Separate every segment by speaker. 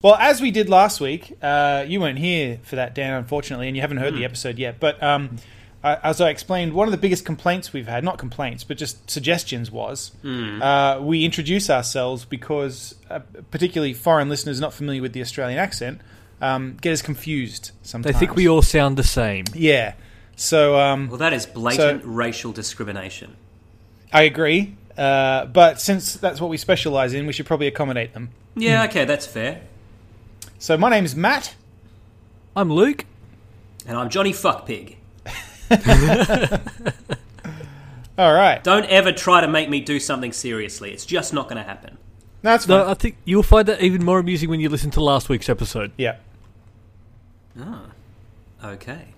Speaker 1: Well, as we did last week, uh, you weren't here for that, Dan, unfortunately, and you haven't
Speaker 2: Hmm.
Speaker 1: heard the episode yet. But um, I, as I explained, one of the biggest complaints we've had, not complaints, but just suggestions, was
Speaker 2: Hmm.
Speaker 1: uh, we introduce ourselves because uh, particularly foreign listeners not familiar with the Australian accent um, get us confused
Speaker 2: They
Speaker 1: sometimes.
Speaker 2: think we all sound the same.
Speaker 1: Yeah. So um,
Speaker 3: Well, that is blatant
Speaker 1: So-
Speaker 3: racial discrimination.
Speaker 1: I agree. Uh, but since that's what we specialize in, we should probably accommodate them.
Speaker 3: Yeah, okay, that's fair.
Speaker 1: So my name's Matt.
Speaker 2: I'm Luke.
Speaker 3: And I'm Johnny Fuckpig.
Speaker 1: All right.
Speaker 3: Don't ever try to make me do something seriously. It's just not going to happen.
Speaker 1: That's fine.
Speaker 2: No, Uh, I think you'll find that even more amusing when you listen to last week's episode.
Speaker 1: yeah.
Speaker 3: Ah, Okay,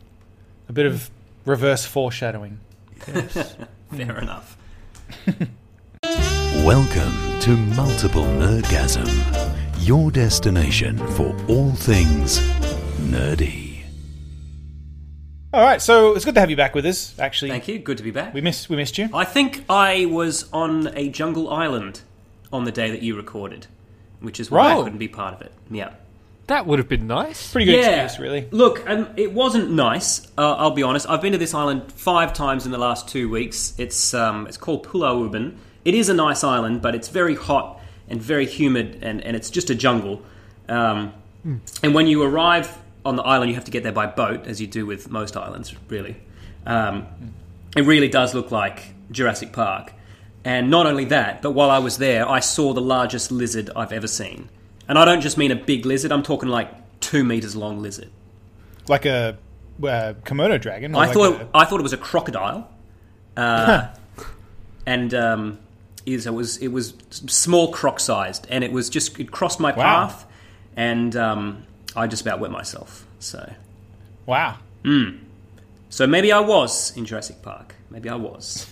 Speaker 1: A bit of reverse foreshadowing. Hmm.
Speaker 3: fair enough.
Speaker 4: Welcome to Multiple Nerdgasm, your destination for all things nerdy.
Speaker 1: All right. So it's good to have you back with us. Actually,
Speaker 3: Thank you. Good to be back.
Speaker 1: we missed we missed you.
Speaker 3: I think I was on a jungle island on the day that you recorded, which is why I
Speaker 1: Right.
Speaker 3: couldn't be part of it. Yeah.
Speaker 2: That would have been nice.
Speaker 1: Pretty good excuse, really.
Speaker 3: Look, um, it wasn't nice. Uh, I'll be honest. I've been to this island five times in the last two weeks. It's um, it's called Pulau Ubin. It is a nice island, but it's very hot and very humid, and, and it's just a jungle. Um, And when you arrive on the island, you have to get there by boat, as you do with most islands, really. Um, it really does look like Jurassic Park. And not only that, but while I was there, I saw the largest lizard I've ever seen. And I don't just mean a big lizard, I'm talking like two meters long lizard.
Speaker 1: Like a uh, Komodo dragon. or
Speaker 3: I
Speaker 1: like
Speaker 3: thought
Speaker 1: a-
Speaker 3: I thought it was a crocodile, uh, and um, is it was it was small croc sized, and it was just it crossed my
Speaker 1: Wow.
Speaker 3: path, and um, I just about wet myself. So
Speaker 1: wow.
Speaker 3: so maybe I was in Jurassic Park. Maybe I was.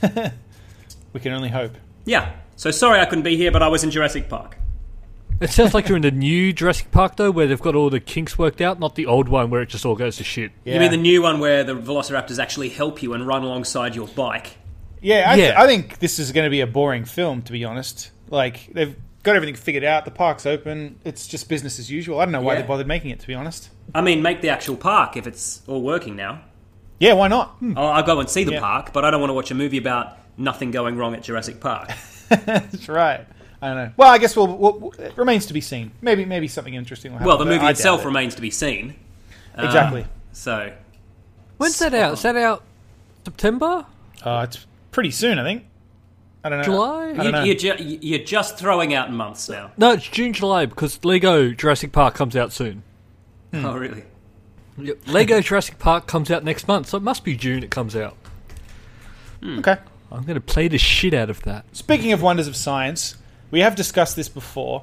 Speaker 1: We can only hope.
Speaker 3: yeah. So sorry I couldn't be here, but I was in Jurassic Park.
Speaker 2: It sounds like you're in the new Jurassic Park though, where they've got all the kinks worked out, not the old one where it just all goes to shit.
Speaker 1: Yeah.
Speaker 3: You mean the new one where the velociraptors actually help you and run alongside your bike?
Speaker 1: Yeah, I, th-
Speaker 2: Yeah.
Speaker 1: I think this is going to be a boring film, to be honest. Like they've got everything figured out. The park's open. It's just business as usual. I don't know why
Speaker 3: Yeah.
Speaker 1: they bothered making it, to be honest.
Speaker 3: I mean, make the actual park if it's all working now.
Speaker 1: Yeah, why not?
Speaker 3: I'll, I'll go and see the
Speaker 1: Hmm. Yeah.
Speaker 3: park, but I don't want to watch a movie about nothing going wrong at Jurassic Park.
Speaker 1: That's right. I don't know. Well, I guess we'll, we'll, it remains to be seen. Maybe maybe something interesting will happen.
Speaker 3: Well, the
Speaker 1: but
Speaker 3: movie
Speaker 1: I doubt
Speaker 3: itself
Speaker 1: it.
Speaker 3: remains to be seen. Um,
Speaker 1: exactly.
Speaker 3: So,
Speaker 2: When's that out? Is that out September?
Speaker 1: Uh, it's pretty soon, I think. I don't know.
Speaker 2: July?
Speaker 1: I
Speaker 2: You-
Speaker 1: don't know.
Speaker 3: you, you're, ju- you're just throwing out months now.
Speaker 2: No, it's June, July because Lego Jurassic Park comes out soon.
Speaker 1: Hmm.
Speaker 3: Oh, really?
Speaker 2: Yep. Lego Jurassic Park comes out next month, so it must be June it comes out.
Speaker 1: Okay.
Speaker 2: I'm going to play the shit out of that.
Speaker 1: Speaking of wonders of science, we have discussed this before,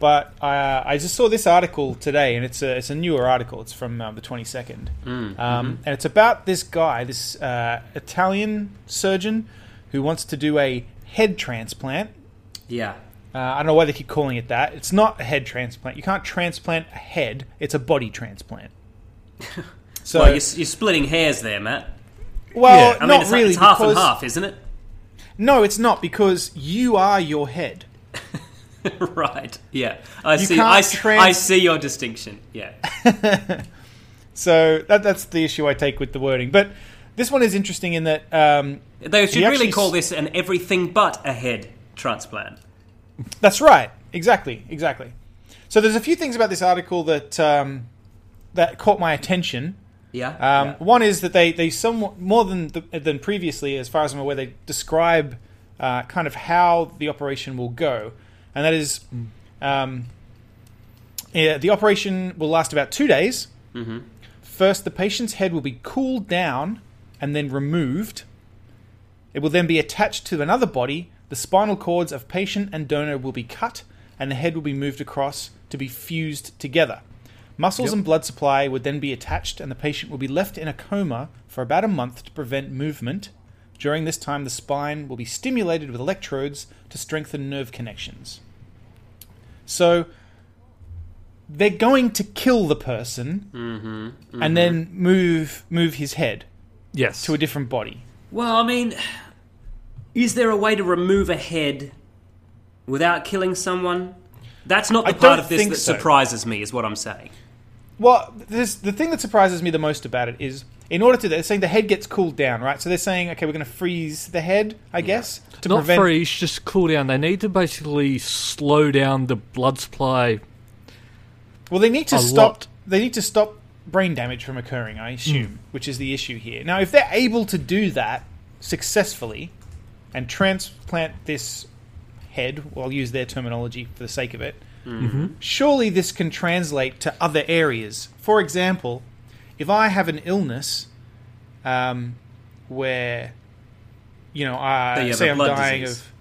Speaker 1: but uh, I just saw this article today, and it's a it's a newer article. It's from uh, the twenty second,
Speaker 3: Mm, mm-hmm.
Speaker 1: um, and it's about this guy, this uh, Italian surgeon, who wants to do a head transplant.
Speaker 3: Yeah.
Speaker 1: Uh, I don't know why they keep calling it that. It's not a head transplant. You can't transplant a head. It's a body transplant. So,
Speaker 3: Well, you're, s- you're splitting hairs there, Matt.
Speaker 1: well,
Speaker 3: I
Speaker 1: not
Speaker 3: mean, it's,
Speaker 1: really.
Speaker 3: it's half and
Speaker 1: because-
Speaker 3: half, isn't it?
Speaker 1: No, it's not because you are your head.
Speaker 3: right. Yeah. I see.
Speaker 1: can't
Speaker 3: I, s-
Speaker 1: trans-
Speaker 3: I see your distinction. Yeah.
Speaker 1: So that that's the issue I take with the wording. But this one is interesting in that um,
Speaker 3: They should
Speaker 1: He
Speaker 3: really
Speaker 1: actually
Speaker 3: call
Speaker 1: s-
Speaker 3: this an everything but a head transplant.
Speaker 1: that's right, exactly, exactly. So there's a few things about this article that um, that caught my attention.
Speaker 3: Yeah.
Speaker 1: Um,
Speaker 3: yeah.
Speaker 1: One is that they they somewhat more than the, than previously, as far as I'm aware, they describe uh, kind of how the operation will go, and that is, um, yeah, the operation will last about two days.
Speaker 3: Mm-hmm.
Speaker 1: First, the patient's head will be cooled down and then removed. It will then be attached to another body. The spinal cords of patient and donor will be cut, and the head will be moved across to be fused together. Muscles and blood supply would then be attached, and the patient will be left in a coma for about a month to prevent movement. During this time, the spine will be stimulated with electrodes to strengthen nerve connections. So, they're going to kill the person and then move move his head
Speaker 2: Yes.
Speaker 1: to a different body.
Speaker 3: Well, I mean, is there a way to remove a head without killing someone? That's not the
Speaker 1: I
Speaker 3: part
Speaker 1: don't
Speaker 3: of this
Speaker 1: think
Speaker 3: that
Speaker 1: so.
Speaker 3: surprises me, is what I'm saying.
Speaker 1: Well, this, the thing that surprises me the most about it is, in order to, they're saying the head gets cooled down, right? So they're saying, okay, we're going to freeze the head, I guess, to
Speaker 2: Not
Speaker 1: prevent.
Speaker 2: freeze, just cool down. They need to basically slow down the blood supply.
Speaker 1: Well, they need to
Speaker 2: a
Speaker 1: stop.
Speaker 2: lot. Hmm.
Speaker 1: They need to stop brain damage from occurring, I assume, which is the issue here. Now, if they're able to do that successfully and transplant this head, well, I'll use their terminology for the sake of it. Surely this can translate to other areas. For example, if I have an illness um, where, you know,
Speaker 3: That you
Speaker 1: I
Speaker 3: have
Speaker 1: say
Speaker 3: a
Speaker 1: I'm
Speaker 3: blood
Speaker 1: dying
Speaker 3: disease.
Speaker 1: of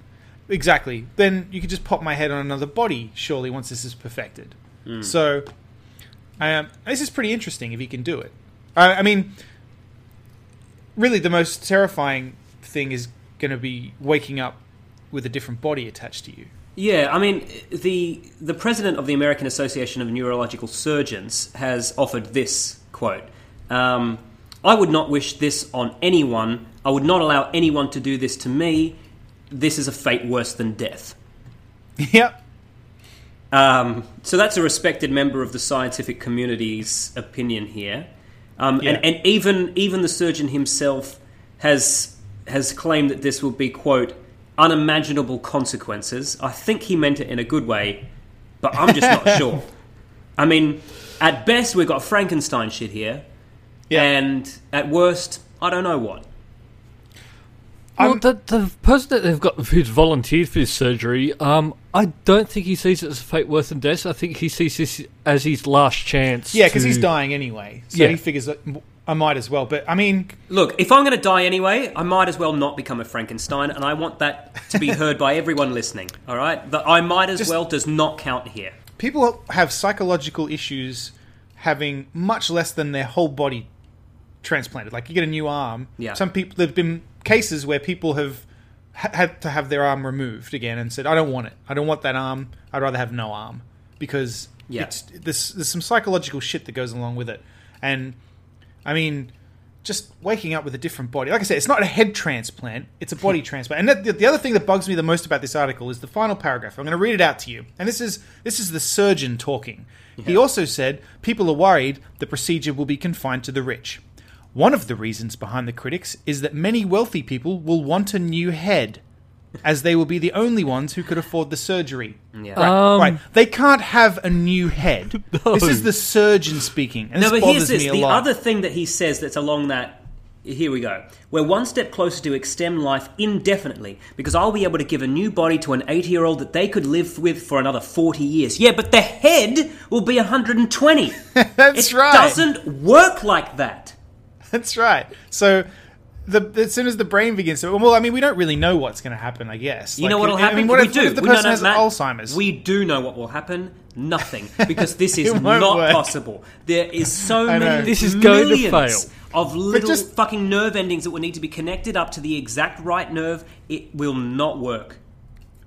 Speaker 1: Exactly. Then you could just pop my head on another body, surely, once this is perfected.
Speaker 3: Hmm.
Speaker 1: So, um, this is pretty interesting if you can do it. I, I mean, really, the most terrifying thing is going to be waking up with a different body attached to you.
Speaker 3: Yeah, I mean, the the president of the American Association of Neurological Surgeons has offered this quote: um, "I would not wish this on anyone. I would not allow anyone to do this to me. This is a fate worse than death."
Speaker 1: yep.
Speaker 3: Um, so that's a respected member of the scientific community's opinion here, um,
Speaker 1: Yeah.
Speaker 3: and, and even even the surgeon himself has has claimed that this will be quote unimaginable consequences. I think he meant it in a good way, but I'm just not sure. I mean, at best we've got Frankenstein shit here,
Speaker 1: Yeah.
Speaker 3: and at worst I don't know what.
Speaker 2: Well, the, the person that they've got who's volunteered for this surgery, um, I don't think he sees it as a fate worse than death. I think he sees this as his last chance.
Speaker 1: yeah, because he's
Speaker 2: to-
Speaker 1: dying anyway. So
Speaker 2: Yeah.
Speaker 1: he figures that I might as well. But I mean,
Speaker 3: Look, if I'm going to die anyway, I might as well not become a Frankenstein, and I want that to be heard by everyone listening. All right, the I might as
Speaker 1: Just-
Speaker 3: well does not count here.
Speaker 1: people have psychological issues having much less than their whole body transplanted. Like you get a new arm.
Speaker 3: Yeah.
Speaker 1: Some people there've been cases where people have ha- had to have their arm removed again and said, "I don't want it. I don't want that arm. I'd rather have no arm because
Speaker 3: Yeah.
Speaker 1: it's there's, there's some psychological shit that goes along with it." And I mean, just waking up with a different body. Like I said, it's not a head transplant, it's a body transplant. And that, the, the other thing that bugs me the most about this article is the final paragraph. I'm going to read it out to you. And this is this is the surgeon talking. He also said people are worried the procedure will be confined to the rich. One of the reasons behind the critics is that many wealthy people will want a new head as they will be the only ones who could afford the surgery.
Speaker 3: Yeah.
Speaker 1: Right, right. They can't have a new head. This is the surgeon speaking. And
Speaker 3: No,
Speaker 1: this
Speaker 3: but here's
Speaker 1: bothers
Speaker 3: this:
Speaker 1: me a
Speaker 3: the
Speaker 1: lot.
Speaker 3: other thing that he says that's along that. Here we go. We're one step closer to extend life indefinitely because I'll be able to give a new body to an 80 year old that they could live with for another 40 years. Yeah, but the head will be 120.
Speaker 1: That's
Speaker 3: it
Speaker 1: right.
Speaker 3: doesn't work like that.
Speaker 1: That's right. So, the, as soon as the brain begins to, well, I mean, we don't really know what's going to happen. I guess
Speaker 3: You know what'll
Speaker 1: I
Speaker 3: happen?
Speaker 1: mean, what
Speaker 3: we
Speaker 1: if,
Speaker 3: do.
Speaker 1: What if the
Speaker 3: we
Speaker 1: person
Speaker 3: know,
Speaker 1: has
Speaker 3: Matt,
Speaker 1: Alzheimer's?
Speaker 3: We do know what will happen. Nothing, because this is
Speaker 1: It won't
Speaker 3: not
Speaker 1: work.
Speaker 3: possible. There is so
Speaker 1: I know.
Speaker 3: many.
Speaker 2: This is going to
Speaker 3: millions
Speaker 2: fail.
Speaker 3: Of little
Speaker 1: just-
Speaker 3: fucking nerve endings that will need to be connected up to the exact right nerve. It will not work.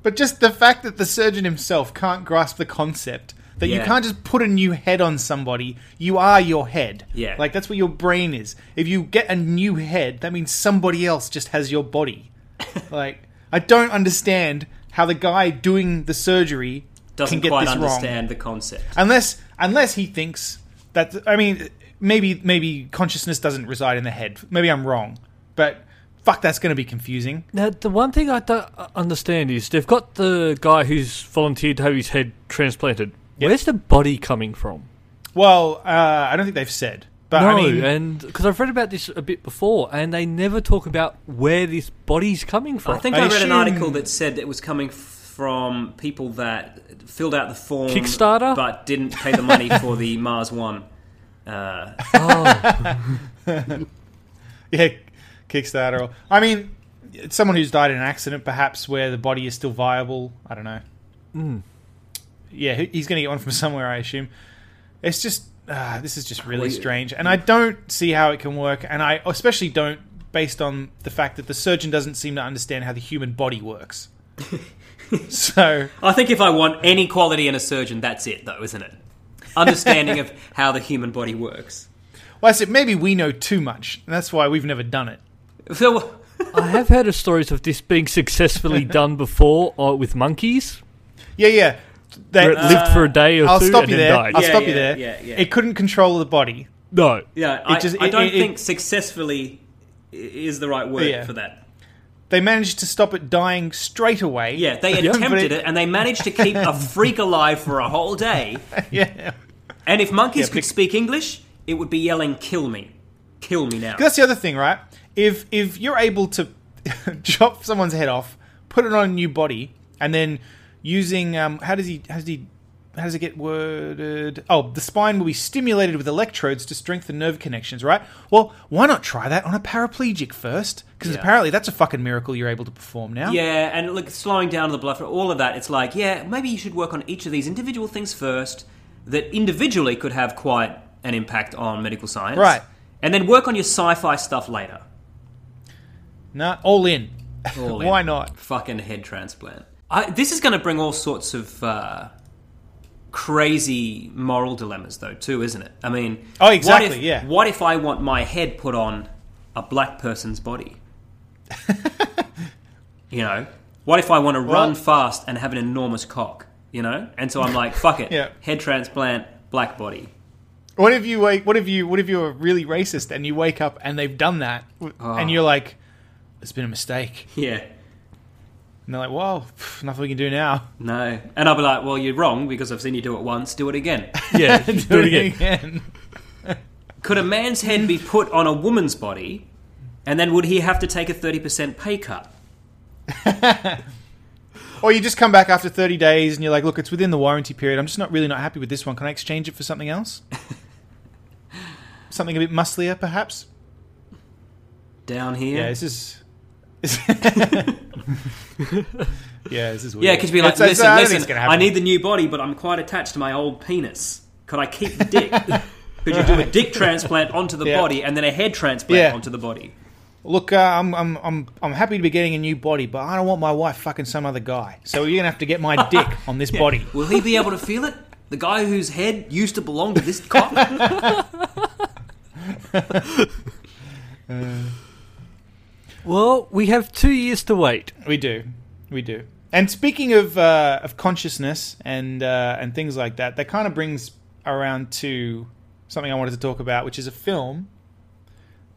Speaker 1: but just the fact that the surgeon himself can't grasp the concept that you
Speaker 3: Yeah.
Speaker 1: can't just put a new head on somebody. You are your head.
Speaker 3: Yeah.
Speaker 1: Like that's what your brain is. If you get a new head, that means somebody else just has your body. like I don't understand how the guy doing the surgery
Speaker 3: Doesn't
Speaker 1: can get
Speaker 3: quite
Speaker 1: this wrong.
Speaker 3: understand the concept.
Speaker 1: unless unless he thinks that I mean maybe maybe consciousness doesn't reside in the head. Maybe I'm wrong, but fuck, that's going to be confusing.
Speaker 2: Now, the one thing I don't uh, understand is they've got the guy who's volunteered to have his head transplanted. Where's the body coming from?
Speaker 1: Well, uh, I don't think they've said, but
Speaker 2: No,
Speaker 1: Uh, I mean,
Speaker 2: and because I've read about this a bit before, and they never talk about where this body's coming from.
Speaker 3: I think
Speaker 1: I
Speaker 3: I, read an
Speaker 1: assume-
Speaker 3: article that said it was coming from people that filled out the form
Speaker 2: Kickstarter?
Speaker 3: but didn't pay the money for the Mars One. Uh,
Speaker 1: yeah, Kickstarter. Or, I mean, it's someone who's died in an accident, perhaps where the body is still viable. I don't know.
Speaker 2: Hmm.
Speaker 1: Yeah, he- he's going to get one from somewhere, I assume. It's just ah, this is just really
Speaker 3: Well, you-
Speaker 1: strange, and I don't see how it can work, and I especially don't based on the fact that the surgeon doesn't seem to understand how the human body works. so
Speaker 3: I think if I want any quality in a surgeon, that's it, though, isn't it? Understanding of how the human body works.
Speaker 1: well, I said maybe we know too much, and that's why we've never done it.
Speaker 3: So,
Speaker 2: I have heard of stories of this being successfully done before uh, with monkeys.
Speaker 1: Yeah, yeah. They, uh,
Speaker 2: where it lived for a day or
Speaker 1: I'll
Speaker 2: two
Speaker 1: stop
Speaker 2: and
Speaker 1: you
Speaker 2: then
Speaker 1: there.
Speaker 2: died.
Speaker 1: I'll
Speaker 3: Yeah,
Speaker 1: stop
Speaker 3: yeah,
Speaker 1: you there.
Speaker 3: yeah, yeah.
Speaker 1: It couldn't control the body.
Speaker 2: No.
Speaker 3: Yeah, I,
Speaker 1: just-
Speaker 3: I
Speaker 1: it-
Speaker 3: don't
Speaker 1: it-
Speaker 3: think
Speaker 1: it-
Speaker 3: successfully i- is the right word
Speaker 1: Yeah.
Speaker 3: for that.
Speaker 1: They managed to stop it dying straight away.
Speaker 3: Yeah, they
Speaker 2: Yeah.
Speaker 1: But
Speaker 3: attempted
Speaker 1: it-
Speaker 3: it, and they managed to keep a freak alive for a whole day.
Speaker 1: yeah.
Speaker 3: And if monkeys
Speaker 1: Yeah,
Speaker 3: could
Speaker 1: bec-
Speaker 3: speak English, it would be yelling, "Kill me, kill me now."
Speaker 1: That's the other thing, right? If if you're able to chop someone's head off, put it on a new body, and then using um, how does he how does he how does it get worded? Oh, the spine will be stimulated with electrodes to strengthen nerve connections, right? Well, why not try that on a paraplegic first? Because
Speaker 3: Yeah.
Speaker 1: apparently that's a fucking miracle you're able to perform now.
Speaker 3: Yeah, and look, slowing down the blood flow, all of that. It's like, yeah, maybe you should work on each of these individual things first that individually could have quite an impact on medical science.
Speaker 1: Right.
Speaker 3: And then work on your sci-fi stuff later.
Speaker 1: No, all in.
Speaker 3: All
Speaker 1: Why
Speaker 3: in.
Speaker 1: not?
Speaker 3: Fucking head transplant. I, this is going to bring all sorts of uh, crazy moral dilemmas, though, too, isn't it? I mean,
Speaker 1: Oh, exactly,
Speaker 3: What if,
Speaker 1: yeah.
Speaker 3: What if I want my head put on a black person's body? you know, what if I want to run fast and have an enormous cock? You know, and so I'm like, fuck it,
Speaker 1: Yeah.
Speaker 3: head transplant, black body.
Speaker 1: What if you wake? What if you? What if you're really racist and you wake up and they've done that, w-
Speaker 3: Ah.
Speaker 1: and you're like, "It's been a mistake,"
Speaker 3: Yeah.
Speaker 1: and they're like, "Well, pff, nothing we can do now."
Speaker 3: No, and I'll be like, well, you're wrong because I've seen you do it once. Do it again.
Speaker 2: Yeah, do it again.
Speaker 3: could a man's head be put on a woman's body and then would he have to take a 30% pay cut
Speaker 1: Or you just come back after 30 days and you're like, look, it's within the warranty period. I'm just not really not happy with this one. Can I exchange it for something else? something a bit musclier, perhaps?
Speaker 3: down
Speaker 1: Yeah,
Speaker 3: here
Speaker 1: this is. yeah, this is weird.
Speaker 3: yeah because be like
Speaker 1: It's- it's-
Speaker 3: listen
Speaker 1: I don't think it's
Speaker 3: listen
Speaker 1: gonna
Speaker 3: I
Speaker 1: happen.
Speaker 3: need the new body but I'm quite attached to my old penis could I keep the dick could you do a dick transplant onto the
Speaker 1: Yeah.
Speaker 3: body and then a head transplant
Speaker 1: Yeah.
Speaker 3: onto the body
Speaker 1: Look, uh, I'm, I'm, I'm, I'm happy to be getting a new body, but I don't want my wife fucking some other guy. So you're going to have to get my dick on this body.
Speaker 3: will he be able to feel it the guy whose head used to belong to this cock
Speaker 2: Well, we have two years to wait.
Speaker 1: We do, we do. And speaking of uh, of consciousness and uh, and things like that, that kind of brings around to something I wanted to talk about, which is a film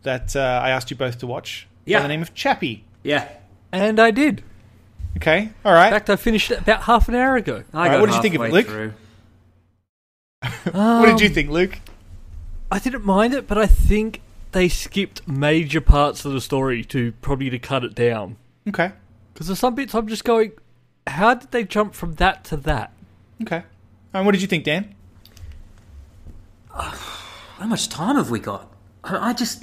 Speaker 1: that uh, I asked you both to watch
Speaker 3: Yeah.
Speaker 1: by the name of Chappie.
Speaker 3: yeah
Speaker 2: And I did.
Speaker 1: Okay, all right.
Speaker 2: In fact, I finished it about half an hour ago.
Speaker 3: I
Speaker 1: right,
Speaker 3: got
Speaker 1: what did you think of it,
Speaker 3: halfway
Speaker 1: Luke?
Speaker 3: through.
Speaker 1: what did you think, Luke?
Speaker 2: I didn't mind it, but I think they skipped major parts of the story to probably to cut it down.
Speaker 1: Okay,
Speaker 2: Because there's some bits I'm just going, how did they jump from that to that?
Speaker 1: okay. And what did you think, Dan?
Speaker 3: how much time have we got I I just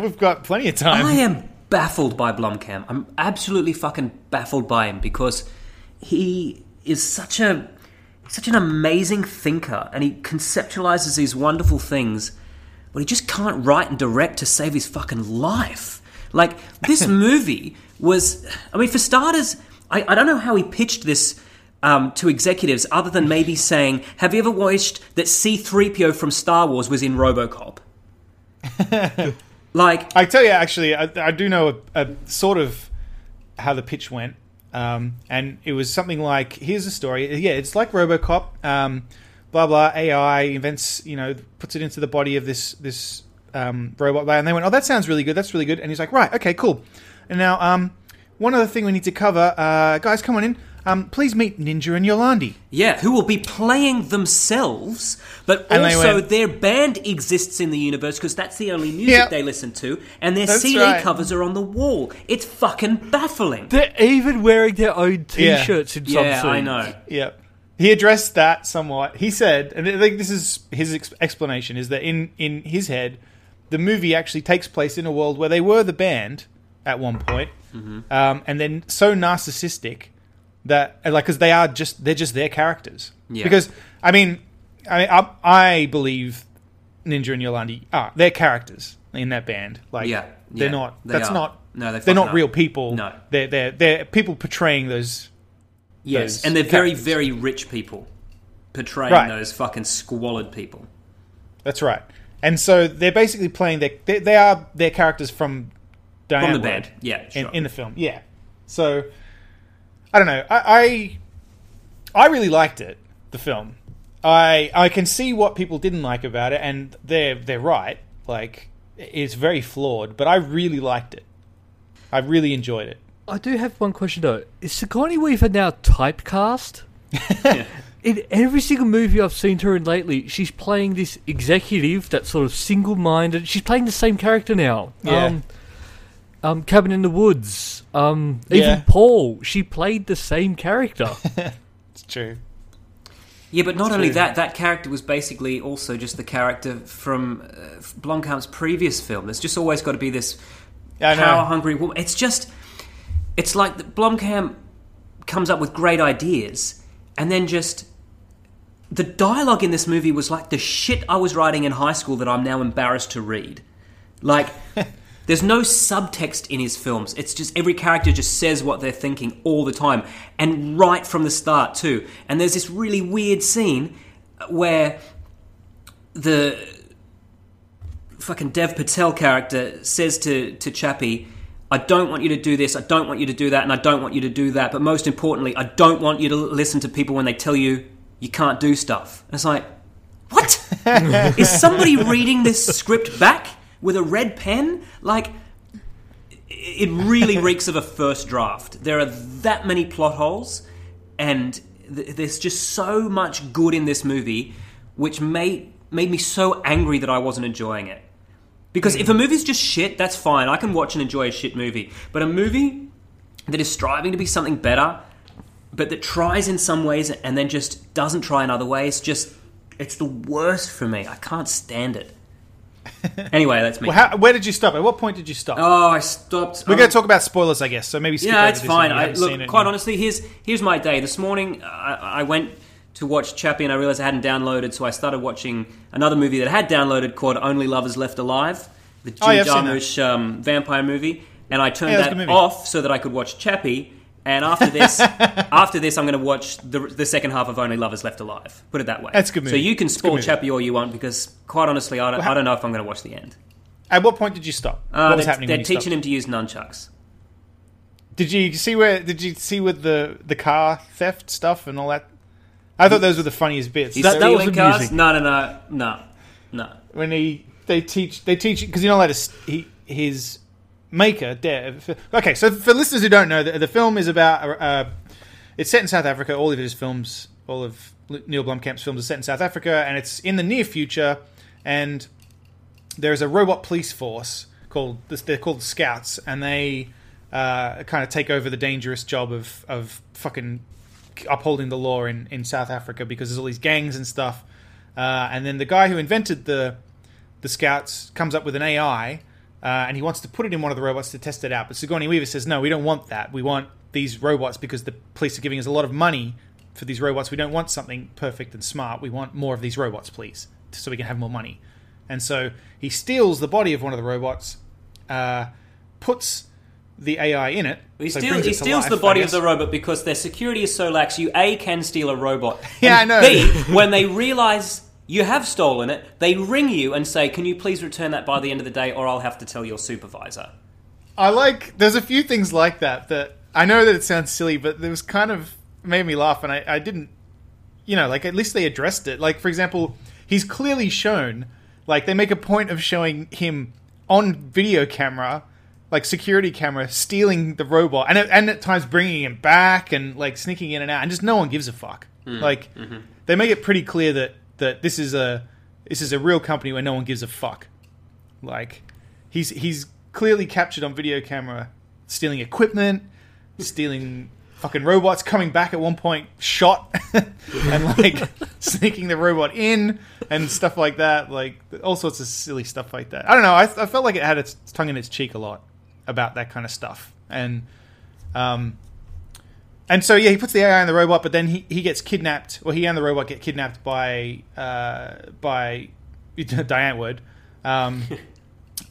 Speaker 1: We've got plenty of time.
Speaker 3: I am baffled by Blomkamp. I'm absolutely fucking baffled by him because he is such a such an amazing thinker and he conceptualizes these wonderful things, but he just can't write and direct to save his fucking life. Like this movie was I mean for starters, I, I don't know how he pitched this um, to executives other than maybe saying, Have you ever watched that C three PO from Star Wars was in Robocop? like
Speaker 1: I tell you, actually, I, I do know a, a sort of how the pitch went, um, and it was something like, "Here's a story. Yeah, it's like RoboCop. Um, blah blah. AI invents, you know, puts it into the body of this this um, robot. And they went, "Oh, that sounds really good. That's really good." And he's like, "Right, okay, cool. And now, um, one other thing we need to cover, uh, guys, come on in. Um, please meet Ninja and Yolandi.
Speaker 3: Yeah, who will be playing themselves, but
Speaker 1: And they
Speaker 3: also
Speaker 1: went-
Speaker 3: their band exists in the universe because that's the only music
Speaker 1: Yeah.
Speaker 3: they listen to, and their
Speaker 1: That's
Speaker 3: CD
Speaker 1: right.
Speaker 3: covers are on the wall. It's fucking baffling.
Speaker 2: They're even wearing their own t shirts in some
Speaker 3: yeah, I
Speaker 2: scenes.
Speaker 3: know.
Speaker 1: Yep. He addressed that somewhat. He said, and I think this is his ex- explanation, is that in, in his head, the movie actually takes place in a world where they were the band at one point,
Speaker 3: Mm-hmm.
Speaker 1: um, and then so narcissistic that and, like because they are just they're just their characters.
Speaker 3: Yeah.
Speaker 1: Because I mean, I I, I believe Ninja and Yolandi are their characters in that band. Like
Speaker 3: Yeah,
Speaker 1: they're
Speaker 3: yeah,
Speaker 1: not.
Speaker 3: they
Speaker 1: that's
Speaker 3: are.
Speaker 1: not.
Speaker 3: No, they
Speaker 1: they're
Speaker 3: fucking
Speaker 1: not
Speaker 3: are.
Speaker 1: real people.
Speaker 3: No.
Speaker 1: they're they're they're people portraying those
Speaker 3: Yes,
Speaker 1: Those
Speaker 3: and they're very,
Speaker 1: characters.
Speaker 3: very rich people portraying
Speaker 1: Right.
Speaker 3: those fucking squalid people.
Speaker 1: That's right. And so they're basically playing their they, they are their characters from Diane
Speaker 3: From the
Speaker 1: Wood
Speaker 3: band. Yeah,
Speaker 1: in,
Speaker 3: sure.
Speaker 1: in the film. Yeah. So I don't know. I, I I really liked it, the film. I I can see what people didn't like about it, and they're they're right. Like it's very flawed, but I really liked it. I really enjoyed it.
Speaker 2: I do have one question though. Is Sigourney Weaver now typecast? In every single movie I've seen her in lately, she's playing this executive that's sort of single-minded. She's playing the same character now.
Speaker 1: Yeah.
Speaker 2: Um, um, Cabin in the Woods. Um, even
Speaker 1: Yeah.
Speaker 2: Paul. She played the same character.
Speaker 1: It's true.
Speaker 3: Yeah, but not only that, that character was basically also just the character from uh, Blomkamp's previous film. There's just always got to be this
Speaker 1: I know.
Speaker 3: power hungry woman. It's just, it's like the, Blomkamp comes up with great ideas and then just. The dialogue in this movie was like the shit I was writing in high school that I'm now embarrassed to read. Like, there's no subtext in his films. It's just every character just says what they're thinking all the time, and right from the start too. And there's this really weird scene where the fucking Dev Patel character says to to Chappie, "I don't want you to do this. I don't want you to do that, and I don't want you to do that. But most importantly, I don't want you to listen to people when they tell you you can't do stuff." And it's like, what is somebody reading this script back with a red pen? Like, it really reeks of a first draft. There are that many plot holes, and th- there's just so much good in this movie, which made made me so angry that I wasn't enjoying it. Because if a movie's just shit, that's fine. I can watch and enjoy a shit movie. But a movie that is striving to be something better, but that tries in some ways and then just doesn't try in other ways, just it's the worst for me. I can't stand it. Anyway, that's me.
Speaker 1: Well, how, where did you stop? At what point did you stop?
Speaker 3: oh, I stopped.
Speaker 1: We're
Speaker 3: I'm-
Speaker 1: going to talk about spoilers, I guess. So maybe skip
Speaker 3: yeah,
Speaker 1: over
Speaker 3: it's
Speaker 1: this
Speaker 3: fine.
Speaker 1: if you
Speaker 3: I,
Speaker 1: haven't seen
Speaker 3: look,
Speaker 1: it
Speaker 3: quite
Speaker 1: yet.
Speaker 3: honestly, here's here's my day. This morning, I, I went to watch Chappie, and I realized I hadn't downloaded, so I started watching another movie that I had downloaded called Only Lovers Left Alive, the Jim
Speaker 1: Oh, yeah, I've seen that.
Speaker 3: Jarmusch um, vampire movie, and I turned
Speaker 1: Yeah, that's a good
Speaker 3: that
Speaker 1: movie.
Speaker 3: off so that I could watch Chappie. And after this, after this, I'm going to watch the, the second half of Only Lovers Left Alive. Put it that way.
Speaker 1: That's a good
Speaker 3: So
Speaker 1: movie.
Speaker 3: you can
Speaker 1: It's a good
Speaker 3: spoil
Speaker 1: movie.
Speaker 3: Chappie all you want because, quite honestly, I don't, I don't know if I'm going to watch the end.
Speaker 1: At what point did you stop?
Speaker 3: Uh,
Speaker 1: what was
Speaker 3: they're
Speaker 1: happening?
Speaker 3: they're
Speaker 1: when you
Speaker 3: teaching
Speaker 1: stopped?
Speaker 3: him to use nunchucks.
Speaker 1: Did you see where? Did you see with the the car theft stuff and all that? I thought those were the funniest bits.
Speaker 3: He's
Speaker 1: That- that was
Speaker 3: stealing
Speaker 2: the
Speaker 3: cars?
Speaker 2: music.
Speaker 3: No, no, no, no, no.
Speaker 1: when he they teach they teach because you know like he his maker Dev. Okay, so for listeners who don't know, the, the film is about uh, it's set in South Africa. All of his films, all of Neil Blomkamp's films, are set in South Africa, and it's in the near future. And there is a robot police force called they're called Scouts, and they uh, kind of take over the dangerous job of of fucking upholding the law in in South Africa because there's all these gangs and stuff. Uh, and then the guy who invented the the Scouts comes up with an AI, uh, and he wants to put it in one of the robots to test it out. But Sigourney Weaver says, "No, we don't want that. We want these robots because the police are giving us a lot of money for these robots. We don't want something perfect and smart. We want more of these robots, please, so we can have more money." And so he steals the body of one of the robots, uh, puts the AI in it.
Speaker 3: He,
Speaker 1: so
Speaker 3: steals,
Speaker 1: brings
Speaker 3: he
Speaker 1: it to
Speaker 3: steals
Speaker 1: life,
Speaker 3: the
Speaker 1: I
Speaker 3: body of
Speaker 1: guess.
Speaker 3: the robot because their security is so lax. You a can steal a robot.
Speaker 1: Yeah,
Speaker 3: And
Speaker 1: I know.
Speaker 3: B, when they realize you have stolen it, they ring you and say, "Can you please return that by the end of the day, or I'll have to tell your supervisor."
Speaker 1: I like. There's a few things like that that I know that it sounds silly, but it was kind of made me laugh, and I, I didn't. You know, like at least they addressed it. Like for example, he's clearly shown. Like they make a point of showing him on video camera, like security camera, stealing the robot, and and at times bringing him back and like sneaking in and out, and just no one gives a fuck. Like they make it pretty clear that that this is a this is a real company where no one gives a fuck. Like he's he's clearly captured on video camera stealing equipment, stealing fucking robots, coming back at one point shot and like sneaking the robot in and stuff like that, like all sorts of silly stuff like that. I don't know. I, I felt like it had its tongue in its cheek a lot about that kind of stuff, and um. And so yeah, he puts the AI on the robot, but then he, he gets kidnapped, or he and the robot get kidnapped by uh, by Diane Wood, um,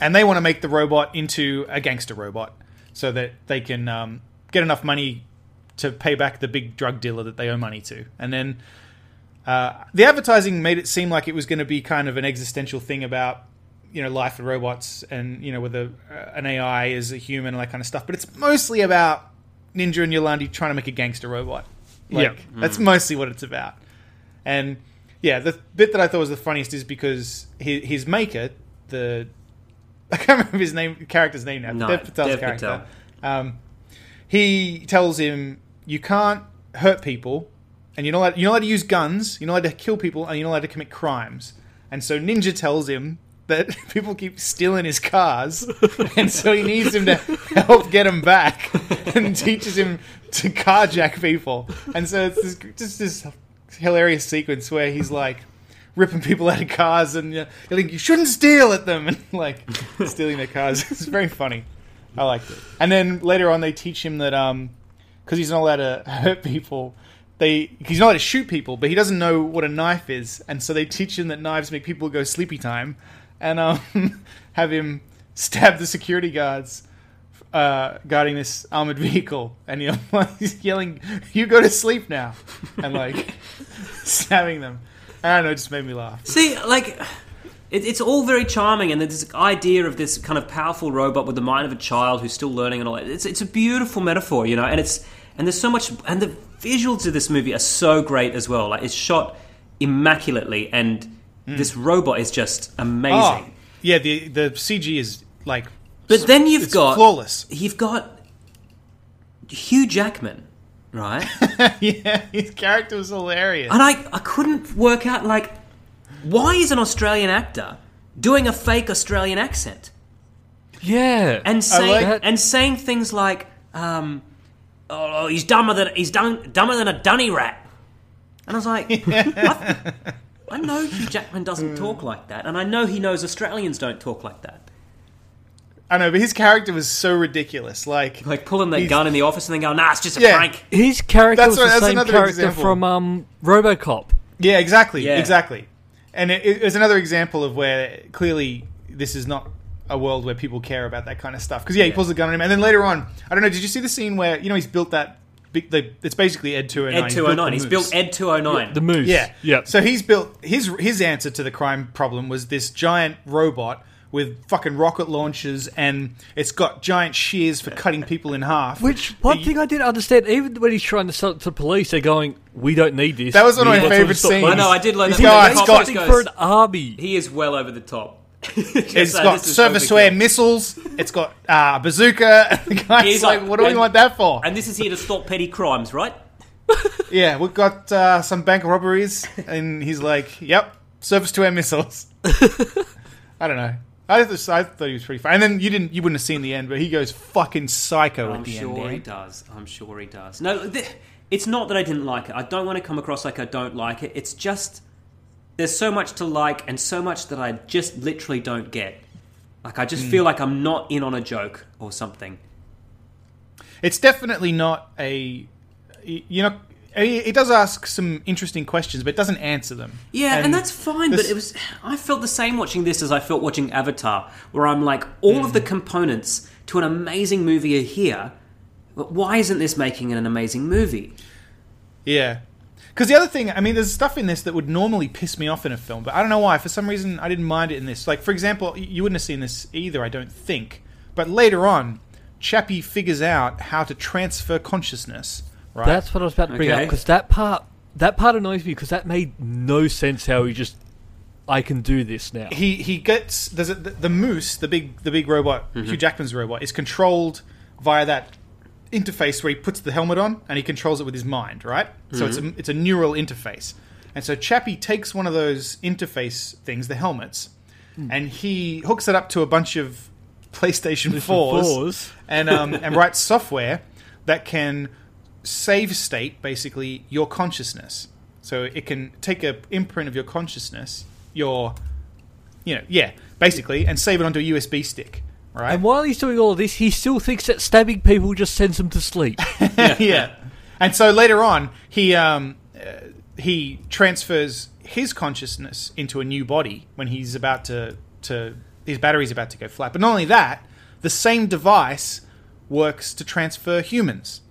Speaker 1: and they want to make the robot into a gangster robot so that they can um, get enough money to pay back the big drug dealer that they owe money to. And then uh, the advertising made it seem like it was going to be kind of an existential thing about you know life of robots and you know whether uh, an AI is a human and that kind of stuff. But it's mostly about Ninja and Yolandi trying to make a gangster robot. Like
Speaker 3: Mm-hmm.
Speaker 1: that's mostly what it's about. And yeah, the bit that I thought was the funniest is because his, his maker, the I can't remember his name, character's name now.
Speaker 3: No,
Speaker 1: Dev Patel's
Speaker 3: Dev
Speaker 1: character. Um, he tells him, "You can't hurt people, and you're not allowed, you're not allowed to use guns. You're not allowed to kill people, and you're not allowed to commit crimes." And so Ninja tells him that people keep stealing his cars, and so he needs him to help get him back, and teaches him to carjack people. And so it's this, just this hilarious sequence where he's like ripping people out of cars and uh, you're like, you shouldn't steal at them and like stealing their cars. It's very funny. I liked it. And then later on, they teach him that um, because he's not allowed to hurt people, they he's not allowed to shoot people, but he doesn't know what a knife is, and so they teach him that knives make people go sleepy time, and um, have him stab the security guards uh, guarding this armored vehicle, and you know, he's yelling, "You go to sleep now," and like stabbing them. I don't know, it just made me laugh.
Speaker 3: See, like, it, it's all very charming, and there's this idea of this kind of powerful robot with the mind of a child who's still learning and all that. It's, it's a beautiful metaphor, you know, and it's and there's so much, and the visuals of this movie are so great as well. Like, it's shot immaculately, and
Speaker 1: Hmm.
Speaker 3: this robot is just amazing.
Speaker 1: Oh, yeah, the the CG is like,
Speaker 3: But then you've
Speaker 1: it's
Speaker 3: got
Speaker 1: flawless.
Speaker 3: You've got Hugh Jackman, right?
Speaker 1: yeah, his character was hilarious.
Speaker 3: and I, I couldn't work out like why is an Australian actor doing a fake Australian accent
Speaker 2: Yeah.
Speaker 3: and saying
Speaker 1: like-
Speaker 3: and saying things like um, oh he's dumber than he's dun, dumber than a dunny rat and I was like I, I know Hugh Jackman doesn't talk like that and I know he knows Australians don't talk like that
Speaker 1: I know, but his character was so ridiculous. Like,
Speaker 3: like pulling that
Speaker 1: He's-
Speaker 3: gun in the office and then going nah it's just a
Speaker 1: Yeah.
Speaker 3: prank
Speaker 2: His character
Speaker 1: That's
Speaker 2: was
Speaker 1: right,
Speaker 2: the
Speaker 1: that's
Speaker 2: same
Speaker 1: another
Speaker 2: character
Speaker 1: example.
Speaker 2: from um, RoboCop.
Speaker 1: yeah, exactly,
Speaker 3: Yeah.
Speaker 1: exactly. And it, it was another example of where clearly this is not a world where people care about that kind of stuff. Because yeah, he pulls the gun on him, and then later on, I don't know. Did you see the scene where you know he's built that? big- The, it's basically Ed two hundred nine.
Speaker 3: Ed 209 he's built Ed 209
Speaker 2: The Moose.
Speaker 1: Yeah.
Speaker 2: Yeah.
Speaker 1: So he's built his his answer to the crime problem was this giant robot with fucking rocket launchers and it's got giant shears for cutting people in half.
Speaker 2: Which one thing I didn't understand, even when he's trying to sell it to the police, they're going, "We don't need this."
Speaker 1: That was one of
Speaker 2: We
Speaker 1: my
Speaker 2: want someone to
Speaker 1: favourite
Speaker 2: stop
Speaker 1: scenes.
Speaker 2: us."
Speaker 3: I know, I did like
Speaker 1: He's
Speaker 3: that.
Speaker 1: got-
Speaker 3: When
Speaker 2: They're
Speaker 1: he's
Speaker 3: the cop
Speaker 1: got-
Speaker 3: just
Speaker 2: something for
Speaker 3: goes,
Speaker 2: an army.
Speaker 3: he is well over the top.
Speaker 1: It's got surface wear missiles. It's got uh, bazooka. The guy's
Speaker 3: He's
Speaker 1: like,
Speaker 3: like,
Speaker 1: "What do we
Speaker 3: and-
Speaker 1: want that for?"
Speaker 3: And this is here to stop petty crimes, right?
Speaker 1: yeah, we've got uh, some bank robberies, and he's like, "Yep, surface to air missiles." I don't know. I, just, I thought he was pretty fun. And then you didn't, you wouldn't have seen the end, but he goes fucking psycho
Speaker 3: I'm
Speaker 1: at the
Speaker 3: sure he
Speaker 1: end. Dan.
Speaker 3: does. I'm sure he does. No, th- it's not that I didn't like it. I don't want to come across like I don't like it. It's just there's so much to like and so much that I just literally don't get. Like I
Speaker 1: Hmm.
Speaker 3: just feel like I'm not in on a joke or something.
Speaker 1: It's definitely not a, you know, it does ask some interesting questions, but it doesn't answer them.
Speaker 3: Yeah, and,
Speaker 1: And
Speaker 3: that's fine,
Speaker 1: this-
Speaker 3: but it was I felt the same watching this as I felt watching Avatar, where I'm like, all
Speaker 1: Hmm.
Speaker 3: of the components to an amazing movie are here, but why isn't this making it an amazing movie?
Speaker 1: Yeah. Because the other thing, I mean, there's stuff in this that would normally piss me off in a film, but I don't know why. For some reason, I didn't mind it in this. Like, for example, y- you wouldn't have seen this either, I don't think. But later on, Chappie figures out how to transfer consciousness, right?
Speaker 2: That's what I was about to bring up
Speaker 3: Okay.
Speaker 2: because that part that part annoys me because that made no sense. How he just, I can do this now.
Speaker 1: he he gets there's a, the, the moose, the big the big robot, Hugh Jackman's robot, is controlled via that interface where he puts the helmet on and he controls it with his mind, right? So it's a it's a neural interface, and so Chappie takes one of those interface things, the helmets, and he hooks it up to a bunch of PlayStation fours
Speaker 2: fours.
Speaker 1: and um, and writes software that can save state basically your consciousness. So it can take a imprint of your consciousness, your you know, yeah, basically, and save it onto a USB stick, right?
Speaker 2: And while he's doing all of this, he still thinks that stabbing people just sends him to sleep.
Speaker 1: yeah. And so later on, he um, uh, he transfers his consciousness into a new body when he's about to to his battery's about to go flat. But not only that, the same device works to transfer humans,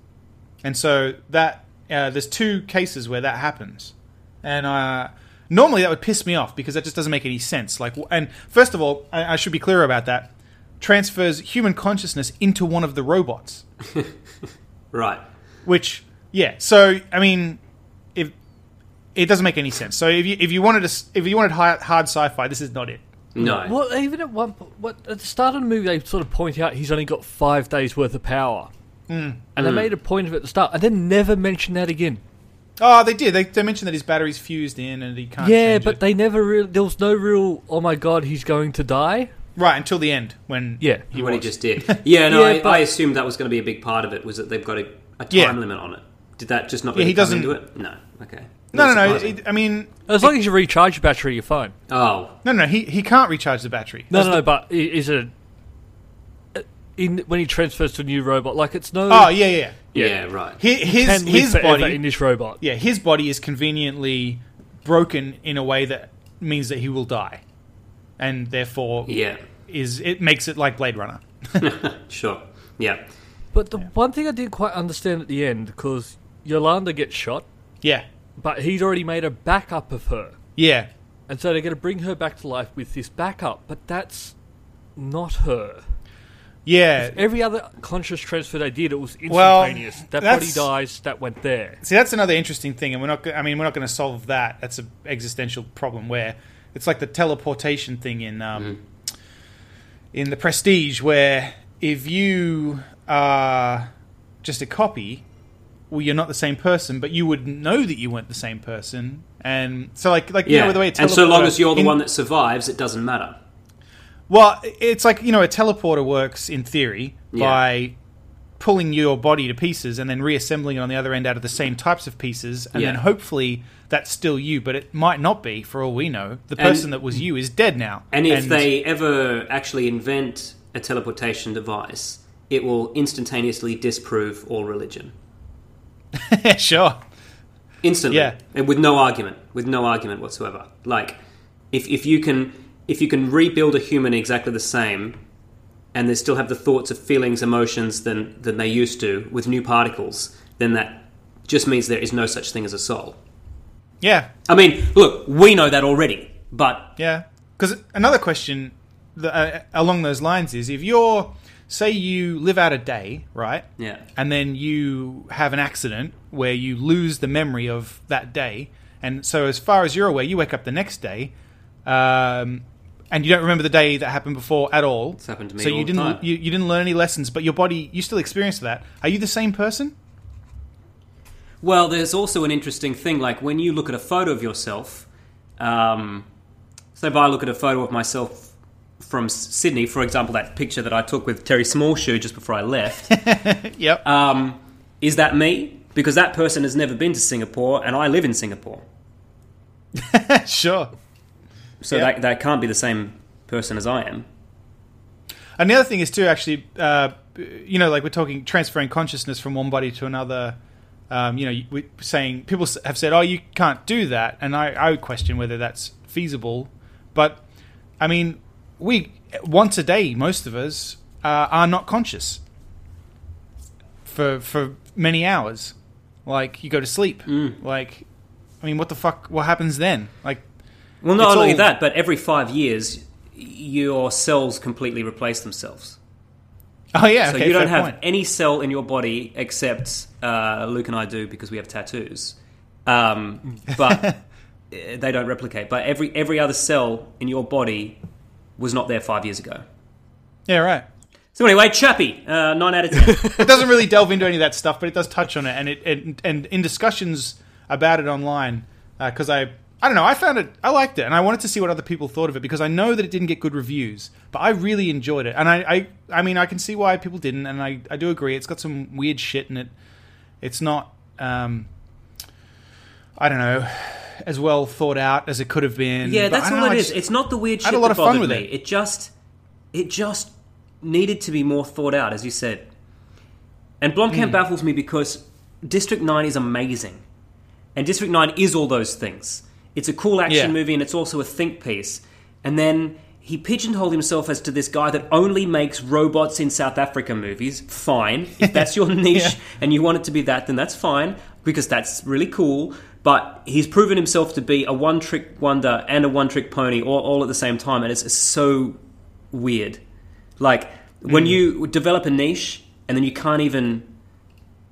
Speaker 1: and so that uh, there's two cases where that happens, and uh, normally that would piss me off because that just doesn't make any sense. Like, w- and first of all, I, I should be clear about that. Transfers human consciousness into one of the robots
Speaker 3: Right.
Speaker 1: which Yeah. So I mean, if it doesn't make any sense. So if you if you wanted to s- if you wanted hard, hard sci-fi, this is not it.
Speaker 3: No.
Speaker 2: Well, even at one po- what at the start of the movie, they sort of point out he's only got five days worth of power,
Speaker 1: Hmm.
Speaker 2: and
Speaker 3: Hmm.
Speaker 2: they made a point of it at the start, and then never mentioned that again.
Speaker 1: Oh, they did. They, they mentioned that his battery's fused in and he can't.
Speaker 2: yeah,
Speaker 1: change
Speaker 2: but
Speaker 1: it.
Speaker 2: they never really. There was no real. Oh my god, he's going to die. Mm-hmm.
Speaker 1: right until the end when
Speaker 2: Yeah.
Speaker 1: he
Speaker 3: what he
Speaker 1: was.
Speaker 3: just did. Yeah, no,
Speaker 2: Yeah,
Speaker 3: I, I
Speaker 2: but-
Speaker 3: assumed that was going to be a big part of it. Was that they've got a, a time
Speaker 1: Yeah.
Speaker 3: limit on it? Did that just not?
Speaker 1: Yeah,
Speaker 3: Really
Speaker 1: he
Speaker 3: come
Speaker 1: doesn't-
Speaker 3: into it. No. Okay.
Speaker 1: no no
Speaker 3: Not
Speaker 1: no.
Speaker 3: surprising.
Speaker 1: It, I mean
Speaker 2: As long as you recharge your battery, you're fine.
Speaker 3: oh,
Speaker 1: no no he he can't recharge the battery.
Speaker 2: No, no, no. But i- is it a- in when he transfers to a new robot? Like it's no.
Speaker 1: Oh yeah yeah.
Speaker 3: yeah, right.
Speaker 1: His his,
Speaker 2: can live
Speaker 1: his
Speaker 2: forever
Speaker 1: body
Speaker 2: in this robot.
Speaker 1: yeah his body is conveniently broken in a way that means that he will die, and therefore
Speaker 3: yeah,
Speaker 1: is it makes it like Blade Runner.
Speaker 3: sure. Yeah,
Speaker 2: But the one thing I didn't quite understand at the end, because Yolanda gets shot,
Speaker 1: Yeah
Speaker 2: but he's already made a backup of her.
Speaker 1: yeah.
Speaker 2: And so they're going to bring her back to life with this backup, but that's not her.
Speaker 1: Yeah,
Speaker 2: Every other conscious transfer they did, it was
Speaker 1: Well,
Speaker 2: instantaneous. that body
Speaker 1: that's-
Speaker 2: dies, that went there.
Speaker 1: See, that's another interesting thing, and we're not. go- I mean, we're not going to solve that. That's an existential problem where it's like the teleportation thing in um,
Speaker 3: Mm-hmm.
Speaker 1: in the Prestige, where if you are just a copy, well, you're not the same person, but you would know that you weren't the same person, and so like like you
Speaker 3: yeah.
Speaker 1: know, the way a
Speaker 3: and so long
Speaker 1: teleporter-
Speaker 3: as you're the
Speaker 1: in-
Speaker 3: one that survives, it doesn't matter.
Speaker 1: well, it's like you know, a teleporter works in theory
Speaker 3: Yeah.
Speaker 1: by pulling your body to pieces and then reassembling it on the other end out of the same types of pieces, and
Speaker 3: Yeah.
Speaker 1: then hopefully that's still you, but it might not be. For all we know, the
Speaker 3: And-
Speaker 1: person that was you is dead now.
Speaker 3: And if they ever actually invent a teleportation device, it will instantaneously disprove all religion.
Speaker 1: they sure,
Speaker 3: instantly
Speaker 1: Yeah.
Speaker 3: and with no argument with no argument whatsoever like if, if you can if you can rebuild a human exactly the same and they still have the thoughts of feelings emotions than than they used to with new particles then that just means there is no such thing as a soul
Speaker 1: yeah,
Speaker 3: i mean look we know that already but
Speaker 1: Yeah, because another question that, uh, along those lines is if you're, say, you live out a day, right?
Speaker 3: Yeah.
Speaker 1: And then you have an accident where you lose the memory of that day, and so as far as you're aware, you wake up the next day, um, and you don't remember the day that happened before at all. It's
Speaker 3: happened to me
Speaker 1: So
Speaker 3: all
Speaker 1: you
Speaker 3: the
Speaker 1: didn't
Speaker 3: time.
Speaker 1: You, you didn't learn any lessons, but your body you still experienced that. Are you the same person?
Speaker 3: well there's also an interesting thing like when you look at a photo of yourself um, so if I look at a photo of myself from S- Sydney, for example, that picture that I took with Terry Smallshoe just before I left,
Speaker 1: Yep.
Speaker 3: um, is that me? Because that person has never been to Singapore, and I live in Singapore,
Speaker 1: sure.
Speaker 3: so
Speaker 1: Yeah.
Speaker 3: that that can't be the same person as I am.
Speaker 1: And the other thing is too, actually, uh, you know, like we're talking transferring consciousness from one body to another. Um, you know, we're saying people s- have said, "Oh, you can't do that," and I, I would question whether that's feasible. But I mean, we once a day, most of us uh, are not conscious for for many hours. Like you go to sleep.
Speaker 3: Mm.
Speaker 1: Like, I mean, what the fuck? What happens then? Like,
Speaker 3: Well, not
Speaker 1: It's
Speaker 3: only
Speaker 1: all-
Speaker 3: that, but every five years, your cells completely replace themselves.
Speaker 1: oh yeah,
Speaker 3: So
Speaker 1: okay,
Speaker 3: you don't
Speaker 1: fair
Speaker 3: have
Speaker 1: point.
Speaker 3: any cell in your body except uh, Luke and I do because we have tattoos, um, but uh, they don't replicate. But every every other cell in your body was not there five years ago.
Speaker 1: yeah, right.
Speaker 3: So anyway, Chappie, uh, nine out of ten.
Speaker 1: it doesn't really delve into any of that stuff, but it does touch on it, and it and, and in discussions about it online, because I I don't know, I found it, I liked it, and I wanted to see what other people thought of it because I know that it didn't get good reviews, but I really enjoyed it, and I I, I mean I can see why people didn't, and I I do agree, it's got some weird shit in it, it's not um, I don't know, as well thought out as it could have been.
Speaker 3: Yeah,
Speaker 1: but I
Speaker 3: that's
Speaker 1: don't
Speaker 3: all
Speaker 1: know,
Speaker 3: it
Speaker 1: I
Speaker 3: is.
Speaker 1: just-
Speaker 3: It's not the weird shit
Speaker 1: had a lot
Speaker 3: that
Speaker 1: of fun
Speaker 3: bothered
Speaker 1: with
Speaker 3: me. It.
Speaker 1: it.
Speaker 3: just it just needed to be more thought out, as you said. And Blomkamp baffles me because District Nine is amazing, and District Nine is all those things. It's a cool action
Speaker 1: Yeah.
Speaker 3: movie, and it's also a think piece. And then he pigeonholed himself as to this guy that only makes robots in South Africa movies. Fine, if that's your niche and you want it to be that, then that's fine because that's really cool. But he's proven himself to be a one-trick wonder and a one-trick pony all, all at the same time, and it's so
Speaker 1: Hmm.
Speaker 3: weird. Like when you develop a niche and then you can't even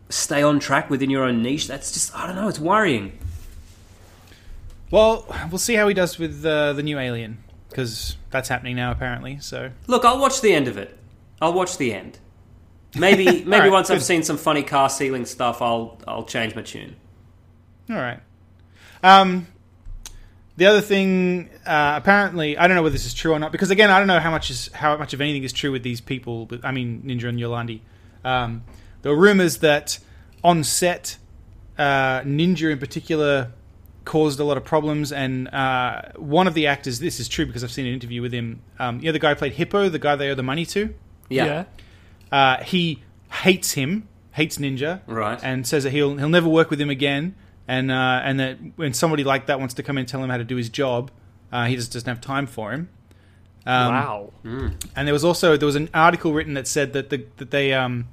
Speaker 3: stay on track within your own niche. That's just I don't know. It's worrying.
Speaker 1: Well, we'll see how he does with uh, the new Alien because that's happening now apparently. So
Speaker 3: Look, I'll watch the end of it. I'll watch the end. Maybe maybe
Speaker 1: right,
Speaker 3: once I've
Speaker 1: good.
Speaker 3: seen some funny car ceiling stuff, I'll I'll change my tune.
Speaker 1: all right. Um, the other thing, uh, apparently, I don't know whether this is true or not because again, I don't know how much is how much of anything is true with these people. But I mean, Ninja and Yolandi. Um, there were rumors that on set, uh, Ninja in particular caused a lot of problems, and uh, one of the actors. This is true because I've seen an interview with him. Um, you know, the guy who played Hippo, the guy they owe the money to.
Speaker 3: Yeah.
Speaker 1: Uh, he hates him, hates Ninja,
Speaker 3: Right.
Speaker 1: and says that he'll he'll never work with him again. And uh, and that when somebody like that wants to come in and tell him how to do his job, uh, he just doesn't have time for him. Um,
Speaker 2: wow.
Speaker 1: And there was also there was an article written that said that the, that they um,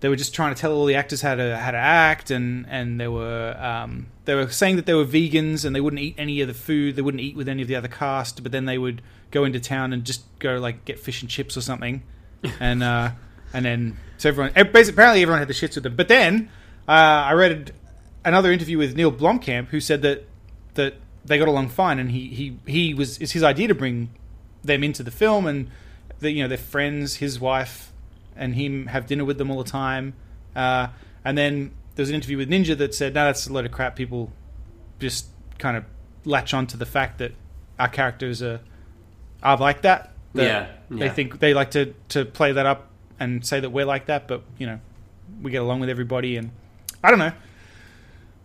Speaker 1: they were just trying to tell all the actors how to how to act, and and they were um, they were saying that they were vegans and they wouldn't eat any of the food, they wouldn't eat with any of the other cast, but then they would go into town and just go like get fish and chips or something, and uh, and then so everyone eh, basically apparently everyone had the shits with them. But then uh, I read another interview with Neil Blomkamp who said that that they got along fine, and he he he was it's his idea to bring them into the film and the, you know their friends his wife and him have dinner with them all the time uh, and then there was an interview with ninja that said no that's a load of crap people just kind of latch on to the fact that our characters are are like that, that
Speaker 3: Yeah,
Speaker 1: they
Speaker 3: yeah.
Speaker 1: think they like to to play that up and say that we're like that but you know we get along with everybody and i don't know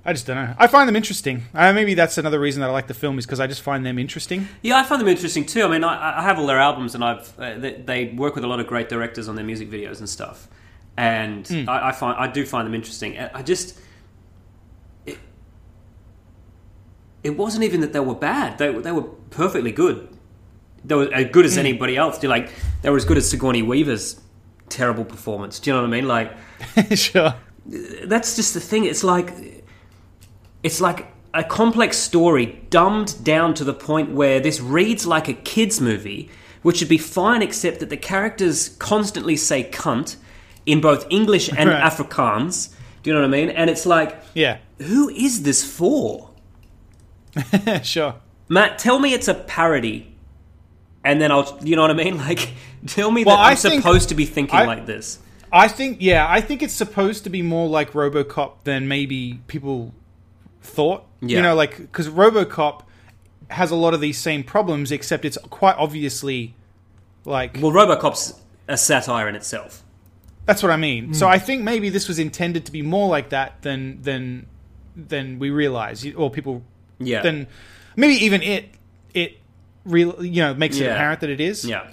Speaker 1: I just don't know. I find them interesting. Uh, maybe that's another reason that I like the film is because I just find them interesting.
Speaker 3: Yeah, I find them interesting too. I mean, I, I have all their albums, and I've uh, they, they work with a lot of great directors on their music videos and stuff. And I, I find I do find them interesting. Uh, I I just it, it wasn't even that they were bad; they were- they were perfectly good. They were as good as anybody else. Do you like they were as good as Sigourney Weaver's terrible performance? Do you know what I mean? Like
Speaker 1: sure.
Speaker 3: that's just the thing. It's like it's like a complex story dumbed down to the point where this reads like a kids movie, which would be fine except that the characters constantly say cunt in both English and
Speaker 1: Right.
Speaker 3: Afrikaans. Do you know what I mean? And it's like,
Speaker 1: Yeah.
Speaker 3: who is this for?
Speaker 1: sure.
Speaker 3: Matt, tell me it's a parody. And then I'll, you know what I mean? Like, tell me
Speaker 1: Well,
Speaker 3: that
Speaker 1: I
Speaker 3: I'm
Speaker 1: think-
Speaker 3: supposed to be thinking
Speaker 1: I-
Speaker 3: like this.
Speaker 1: I think yeah, I think it's supposed to be more like RoboCop than maybe people thought.
Speaker 3: Yeah.
Speaker 1: You know, like because RoboCop has a lot of these same problems, except it's quite obviously like
Speaker 3: Well, Robocop's a satire in itself.
Speaker 1: that's what I mean.
Speaker 3: mm.
Speaker 1: So I think maybe this was intended to be more like that than than than we realize, or people
Speaker 3: Yeah.
Speaker 1: than maybe even it it real you know makes it
Speaker 3: Yeah.
Speaker 1: apparent that it is.
Speaker 3: yeah.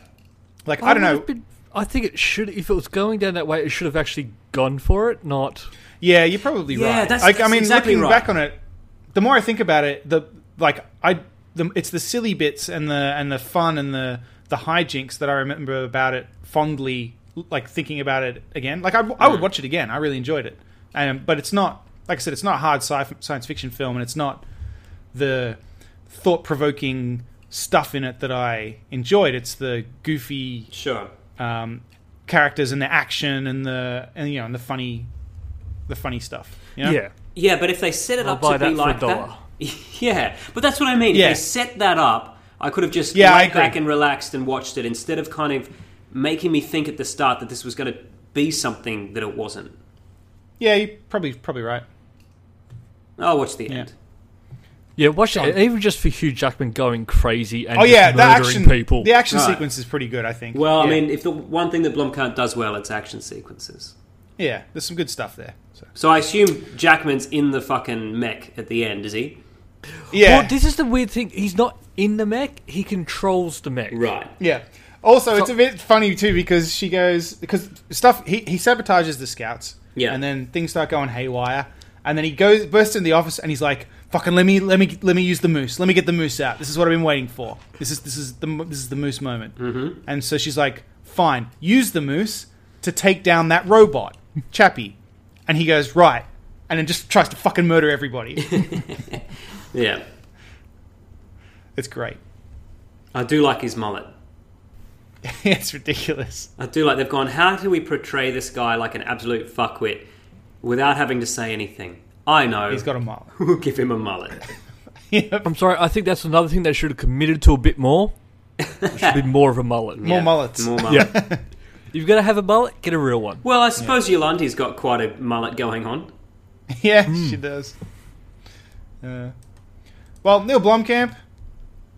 Speaker 1: Like I, don't
Speaker 2: would've
Speaker 1: know.
Speaker 2: been- I think it should. If it was going down that way, it should have actually gone for it. Not.
Speaker 1: Yeah, you're probably
Speaker 3: Yeah,
Speaker 1: right.
Speaker 3: that's-
Speaker 1: like, I
Speaker 3: that's
Speaker 1: mean,
Speaker 3: exactly
Speaker 1: looking
Speaker 3: right.
Speaker 1: back on it, the more I think about it, the like I, the, it's the silly bits and the and the fun and the the hijinks that I remember about it fondly. Like thinking about it again, like I, I would watch it again. I really enjoyed it, um, but it's not like I said, it's not a hard sci- science fiction film, and it's not the thought provoking stuff in it that I enjoyed. It's the goofy
Speaker 3: Sure.
Speaker 1: um, characters and the action and the and you know and the funny the funny stuff. You know?
Speaker 2: Yeah.
Speaker 3: Yeah, but if they set it
Speaker 2: I'll
Speaker 3: up
Speaker 2: buy
Speaker 3: to be
Speaker 2: that for a
Speaker 3: like
Speaker 2: dollar.
Speaker 3: that, yeah. But that's what I mean.
Speaker 1: Yeah.
Speaker 3: If they set that up, I could have just
Speaker 1: Yeah, I
Speaker 3: laid
Speaker 1: agree.
Speaker 3: back and relaxed and watched it instead of kind of making me think at the start that this was going to be something that it wasn't.
Speaker 1: yeah, you're probably probably right.
Speaker 3: I'll watch the end.
Speaker 2: Yeah, watch it. Even just for Hugh Jackman going crazy and
Speaker 1: Oh
Speaker 2: just
Speaker 1: yeah, the
Speaker 2: murdering
Speaker 1: action
Speaker 2: people.
Speaker 1: the action
Speaker 3: Right.
Speaker 1: sequence is pretty good. I think.
Speaker 3: Well, I
Speaker 1: Yeah.
Speaker 3: mean, if the one thing that Blomkamp does well, it's action sequences.
Speaker 1: yeah, there's some good stuff there. So.
Speaker 3: So I assume Jackman's in the fucking mech at the end, is he?
Speaker 1: Yeah,
Speaker 2: Well, this is the weird thing. He's not in the mech. He controls the mech.
Speaker 3: Right.
Speaker 1: yeah. Also, it's a bit funny too because she goes because stuff he, he sabotages the scouts.
Speaker 3: Yeah.
Speaker 1: and then things start going haywire, and then he goes bursts in the office and he's like. Fucking let me let me let me use the moose. Let me get the moose out. This is what I've been waiting for. This is this is the mo- this is the moose moment. Mm-hmm. And so she's like, "Fine, use the moose to take down that robot, Chappie." And he goes, "Right," and then just tries to fucking murder everybody.
Speaker 3: Yeah.
Speaker 1: it's great.
Speaker 3: I do like his mullet.
Speaker 1: it's ridiculous.
Speaker 3: I do like they've gone, how do we portray this guy like an absolute fuckwit? without having to say anything. I know.
Speaker 1: He's got a mullet.
Speaker 3: we'll give him a mullet.
Speaker 1: Yep.
Speaker 2: I'm sorry, I think that's another thing they should have committed to a bit more. It should be more of a mullet.
Speaker 1: More mullets.
Speaker 3: More mullet.
Speaker 2: You've got to have a mullet, get a real one.
Speaker 3: Well, I suppose Yolandi's got quite a mullet going on.
Speaker 1: yeah, she does. Uh, well, Neil Blomkamp,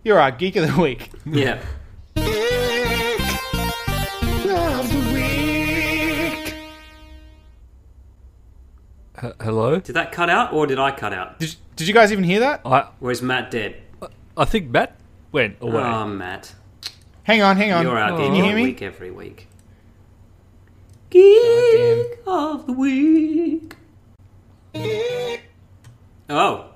Speaker 1: you're our geek of the week.
Speaker 3: Yeah.
Speaker 2: H- hello?
Speaker 3: Did that cut out, or did I cut out?
Speaker 1: Did, did you guys even hear that?
Speaker 2: I,
Speaker 3: Where's Matt dead?
Speaker 2: I think Matt went away.
Speaker 1: Uh.
Speaker 3: Ah, Matt,
Speaker 1: Hang on, hang on.
Speaker 3: you're our
Speaker 1: Oh. Can
Speaker 3: geek
Speaker 1: you
Speaker 3: of
Speaker 1: hear
Speaker 3: the
Speaker 1: me?
Speaker 3: week every week. Geek of the week. Oh,